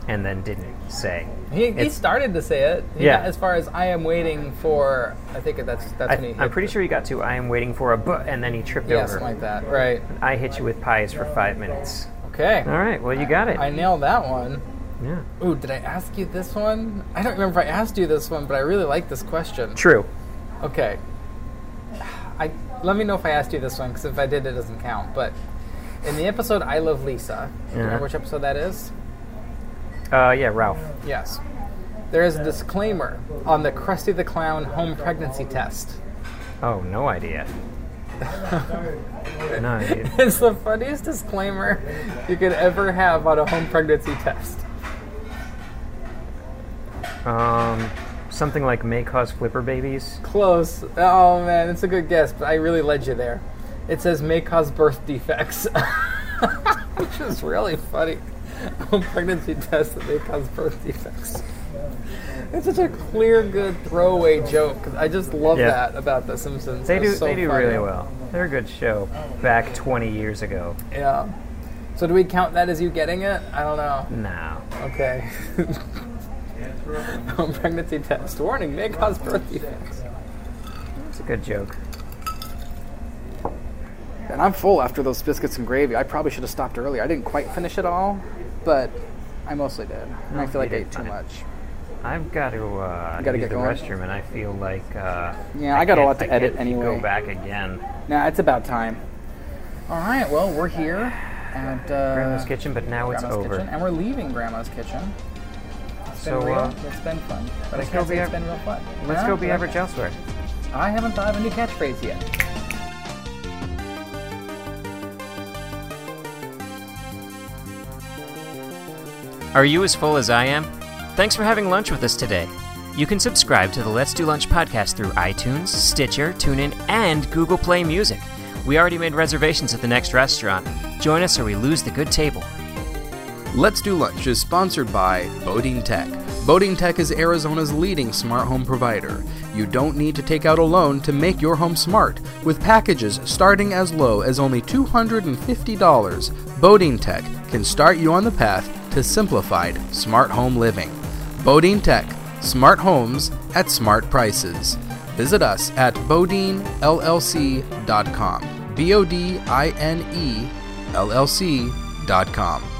E: and then didn't say?
D: He, he started to say it. He
E: Yeah.
D: got as far as I am waiting for, I think that's that's
E: I,
D: when he.
E: I'm pretty sure he got to "I am waiting for a but," and then he tripped
D: Yeah,
E: over.
D: something like that. Right.
E: I hit you with pies for five minutes.
D: Okay.
E: All right, well, you got it.
D: I nailed that one.
E: yeah.
D: Ooh, did I ask you this one? I don't remember if I asked you this one, but I really like this question.
E: True.
D: Okay. I let me know if I asked you this one because if I did, it doesn't count. But in the episode "I Love Lisa," do you
E: Yeah.
D: remember which episode that is?
E: Uh, yeah, Ralph.
D: Yes. There is a disclaimer on the Krusty the Clown home pregnancy test.
E: Oh, no idea. no, idea.
D: It's the funniest disclaimer you could ever have on a home pregnancy test.
E: Um, something like may cause flipper babies.
D: Close. Oh man, it's a good guess, but I really led you there. It says may cause birth defects, which is really funny. A pregnancy test that may cause birth defects. It's such a clear, good throwaway joke. 'cause I just love
E: Yeah.
D: that about The Simpsons.
E: They do.
D: It's so
E: they do
D: funny.
E: really well. They're a good show. Back 20 years ago.
D: Yeah. So do we count that as you getting it? I don't know.
E: Now.
D: Okay. Home pregnancy test. Warning: may cause birth defects.
E: It's a good joke.
D: And I'm full after those biscuits and gravy. I probably should have stopped earlier. I didn't quite finish it all, but I mostly did. And I feel like I
E: you
D: ate
E: did
D: too
E: fine.
D: much.
E: I've got to uh,
D: gotta
E: use
D: get
E: the
D: going.
E: restroom, and I feel like uh,
D: Yeah, I got a
E: can't-
D: lot to
E: I can't
D: edit anyway.
E: Go back again.
D: Nah, it's about time. All right, well, we're here at uh,
E: Grandma's kitchen, but now it's
D: Grandma's
E: over.
D: kitchen, and we're leaving Grandma's kitchen. It's
E: So,
D: been real.
E: uh,
D: it's been fun, but I
E: let's go
D: can't say
E: be
D: it's
E: ever-
D: been real fun.
E: Let's
D: Yeah,
E: go be
D: yeah.
E: average elsewhere.
D: I haven't thought of a new catchphrase yet.
A: Are you as full as I am? Thanks for having lunch with us today. You can subscribe to the Let's Do Lunch podcast through iTunes, Stitcher, TuneIn, and Google Play Music. We already made reservations at the next restaurant. Join us or we lose the good table.
B: Let's Do Lunch is sponsored by Bodine Tech. Bodine Tech is Arizona's leading smart home provider. You don't need to take out a loan to make your home smart with packages starting as low as only $250. Bodine Tech can start you on the path to simplified smart home living. Bodine Tech, smart homes at smart prices. Visit us at bodinellc.com. B O D I N E L L C.com.